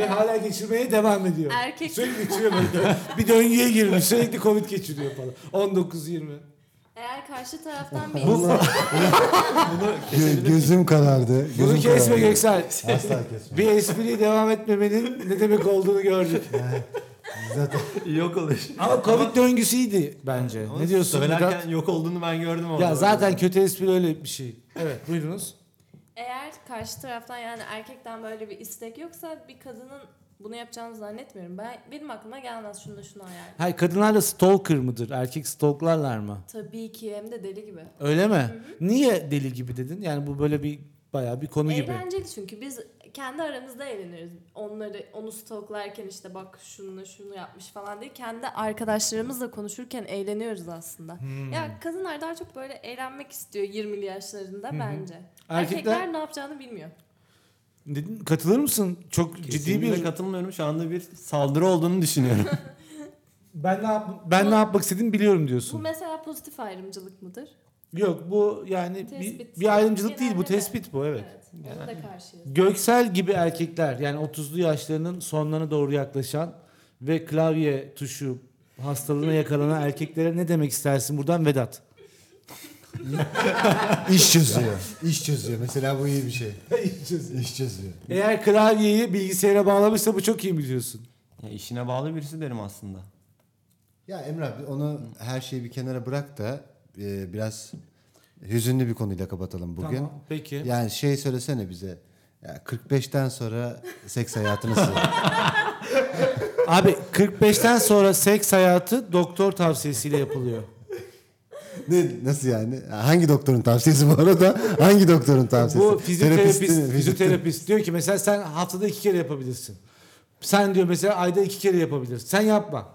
Speaker 2: hala geçirmeye devam ediyor.
Speaker 5: Erkek
Speaker 2: Sürekli geçiriyor böyle. bir döngüye girmiş. Sürekli Covid geçiriyor falan. 19-20.
Speaker 5: eğer karşı taraftan bir
Speaker 3: Bu- Gö- gözüm karardı. Gözüm
Speaker 2: Bunu kesme
Speaker 3: karardı.
Speaker 2: Göksel.
Speaker 3: Asla kesme.
Speaker 2: bir espriye devam etmemenin ne demek olduğunu gördük.
Speaker 3: Zaten
Speaker 4: yok oluş.
Speaker 2: Ama Covid döngüsüydü bence.
Speaker 4: Ama
Speaker 2: ne diyorsun
Speaker 4: Söylerken
Speaker 2: Vedat?
Speaker 4: yok olduğunu ben gördüm orada.
Speaker 2: Ya zaten kötü espri öyle bir şey. Evet buyurunuz.
Speaker 5: Eğer karşı taraftan yani erkekten böyle bir istek yoksa bir kadının bunu yapacağını zannetmiyorum. Ben benim aklıma gelmez şunu da şunu yani.
Speaker 2: Hayır kadınlar da stalker mıdır? Erkek stalklarlar mı?
Speaker 5: Tabii ki hem de deli gibi.
Speaker 2: Öyle mi? Niye deli gibi dedin? Yani bu böyle bir bayağı bir konu gibi.
Speaker 5: Eğlenceli çünkü biz kendi aramızda eğleniriz. Onları onu stoklarken işte bak şunu şunu yapmış falan diye kendi arkadaşlarımızla konuşurken eğleniyoruz aslında.
Speaker 2: Hmm.
Speaker 5: Ya kadınlar daha çok böyle eğlenmek istiyor 20'li yaşlarında bence.
Speaker 2: Erkekler-
Speaker 5: Erkekler... ne yapacağını bilmiyor.
Speaker 2: Dedin, katılır mısın? Çok ciddi
Speaker 4: Kesinlikle
Speaker 2: bir
Speaker 4: katılmıyorum. Şu anda bir saldırı olduğunu düşünüyorum.
Speaker 2: ben ne yap ben ne yapmak istediğimi biliyorum
Speaker 5: Bu
Speaker 2: diyorsun.
Speaker 5: mesela pozitif ayrımcılık mıdır?
Speaker 2: Yok bu yani bir,
Speaker 5: Tespit.
Speaker 2: bir ayrımcılık değil bu
Speaker 5: Genelde de.
Speaker 2: tespit bu evet.
Speaker 5: Ona da karşıyız.
Speaker 2: Göksel gibi erkekler yani 30'lu yaşlarının sonlarına doğru yaklaşan ve klavye tuşu hastalığına yakalanan erkeklere ne demek istersin buradan Vedat?
Speaker 3: iş çözüyor. İş çözüyor. Mesela bu iyi bir şey. İş çözüyor.
Speaker 2: Eğer klavyeyi bilgisayara bağlamışsa bu çok iyi biliyorsun.
Speaker 4: ya işine bağlı birisi derim aslında.
Speaker 3: Ya Emrah abi, onu her şeyi bir kenara bırak da e, biraz hüzünlü bir konuyla kapatalım bugün.
Speaker 2: Tamam, peki.
Speaker 3: Yani şey söylesene bize. Ya 45'ten sonra seks hayatı nasıl?
Speaker 2: Abi 45'ten sonra seks hayatı doktor tavsiyesiyle yapılıyor.
Speaker 3: ne, nasıl yani? Hangi doktorun tavsiyesi bu arada? Hangi doktorun tavsiyesi?
Speaker 2: Bu fizyoterapist,
Speaker 3: Terapisti mi?
Speaker 2: fizyoterapist diyor ki mesela sen haftada iki kere yapabilirsin. Sen diyor mesela ayda iki kere yapabilirsin. Sen yapma.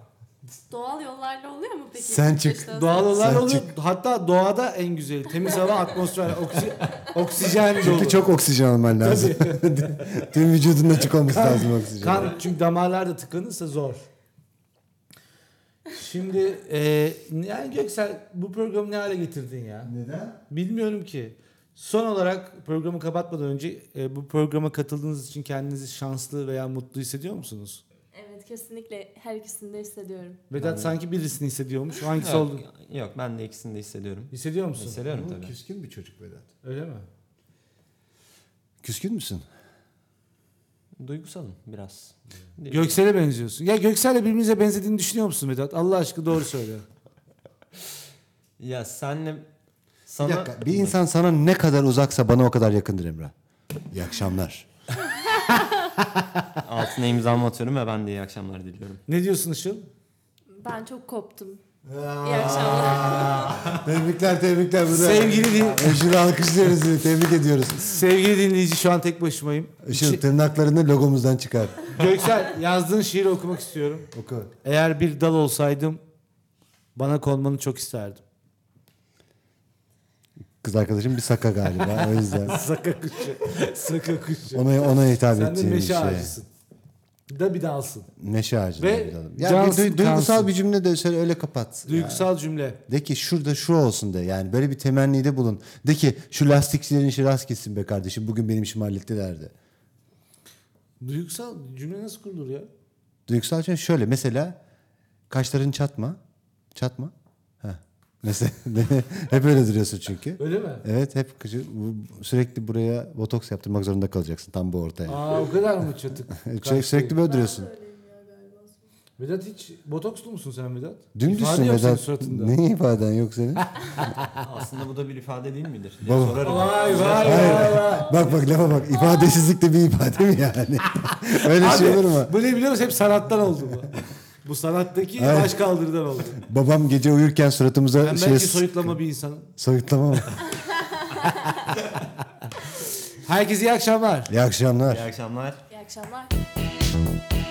Speaker 5: Doğal yollarla oluyor mu peki?
Speaker 3: Sen çık.
Speaker 5: Beşiktaş'ta-
Speaker 2: Doğal olarak
Speaker 3: Sen
Speaker 2: oluyor. Hatta doğada en güzeli. Temiz hava, atmosfer, oksi, oksijen dolu.
Speaker 3: Çünkü çok oksijen alman lazım. Tüm vücudun açık olması lazım oksijen.
Speaker 2: Kan çünkü damarlar da tıkanırsa zor. Şimdi e, yani Göksel bu programı ne hale getirdin ya?
Speaker 3: Neden?
Speaker 2: Bilmiyorum ki. Son olarak programı kapatmadan önce e, bu programa katıldığınız için kendinizi şanslı veya mutlu hissediyor musunuz?
Speaker 5: Evet kesinlikle her ikisini de hissediyorum.
Speaker 2: Vedat sanki birisini hissediyormuş. O Hangisi oldu?
Speaker 4: Yok, yok ben de ikisini de hissediyorum.
Speaker 2: Hissediyor musun?
Speaker 4: Hissediyorum tabii.
Speaker 3: Küskün bir çocuk Vedat.
Speaker 2: Öyle mi?
Speaker 3: Küskün müsün?
Speaker 4: Duygusalım biraz.
Speaker 2: Göksel'e benziyorsun. Ya Göksel'le birbirinize benzediğini düşünüyor musun Vedat? Allah aşkına doğru söyle.
Speaker 4: Ya senle
Speaker 3: Bir
Speaker 4: sana
Speaker 3: dakika. Bir insan sana ne kadar uzaksa bana o kadar yakındır Emrah. İyi akşamlar.
Speaker 4: altına imzamı atıyorum ve ben de iyi akşamlar diliyorum.
Speaker 2: ne diyorsun Işıl?
Speaker 5: Ben çok koptum. İyi akşamlar.
Speaker 3: tebrikler tebrikler. Burada.
Speaker 2: Sevgili din-
Speaker 3: Işıl'ı alkışlıyoruz. sizi, Tebrik ediyoruz.
Speaker 2: Sevgili dinleyici şu an tek başımayım.
Speaker 3: Işıl tırnaklarını logomuzdan çıkar.
Speaker 2: Göksel yazdığın şiiri okumak istiyorum.
Speaker 3: Oku.
Speaker 2: Eğer bir dal olsaydım bana konmanı çok isterdim.
Speaker 3: Kız arkadaşım bir saka galiba. O yüzden
Speaker 2: Saka kuşu. Saka kuşu.
Speaker 3: ona, ona hitap
Speaker 2: Sen de
Speaker 3: ettiğim bir
Speaker 2: meşe
Speaker 3: şey.
Speaker 2: ağacısın. Da bir dalsın.
Speaker 3: Neşe ağacı.
Speaker 2: Ve
Speaker 3: diye bir adam. Ya
Speaker 2: cansın,
Speaker 3: bir du- duygusal
Speaker 2: kansın.
Speaker 3: bir cümle de söyle öyle kapat. Ya.
Speaker 2: Duygusal cümle.
Speaker 3: De ki şurada şu olsun de yani böyle bir temennide bulun. De ki şu lastikçilerin işi rast gitsin be kardeşim bugün benim işimi hallettiler de.
Speaker 2: Duygusal cümle nasıl kurulur ya?
Speaker 3: Duygusal şey şöyle mesela kaşların çatma. Çatma. Mesela hep öyle duruyorsun çünkü.
Speaker 2: Öyle mi?
Speaker 3: Evet hep kışı- sürekli buraya botoks yaptırmak zorunda kalacaksın tam bu ortaya.
Speaker 2: Aa o kadar mı çatık?
Speaker 3: Sürekli, sürekli böyle duruyorsun.
Speaker 2: Vedat hiç botokslu musun sen Vedat? İfade
Speaker 3: Dümdüzsün
Speaker 2: yok senin
Speaker 3: Vedat.
Speaker 2: suratında.
Speaker 3: Ne ifaden yok senin?
Speaker 4: Aslında bu da bir ifade değil midir? diye
Speaker 3: Baba.
Speaker 4: sorarım.
Speaker 2: Vay vay vay vay.
Speaker 3: Bak bak lafa bak. İfadesizlik de bir ifade mi yani? Öyle şey olur mu?
Speaker 2: Abi, bu ne biliyor musun? Hep sanattan oldu bu. Bu sanattaki
Speaker 3: Evet.
Speaker 2: baş kaldırıdan oldu.
Speaker 3: Babam gece uyurken
Speaker 2: Ben
Speaker 3: suratımıza şey
Speaker 2: belki soyutlama bir insanım.
Speaker 3: soyutlama mı?
Speaker 2: Herkese iyi akşamlar.
Speaker 3: İyi akşamlar.
Speaker 4: İyi akşamlar.
Speaker 5: İyi akşamlar.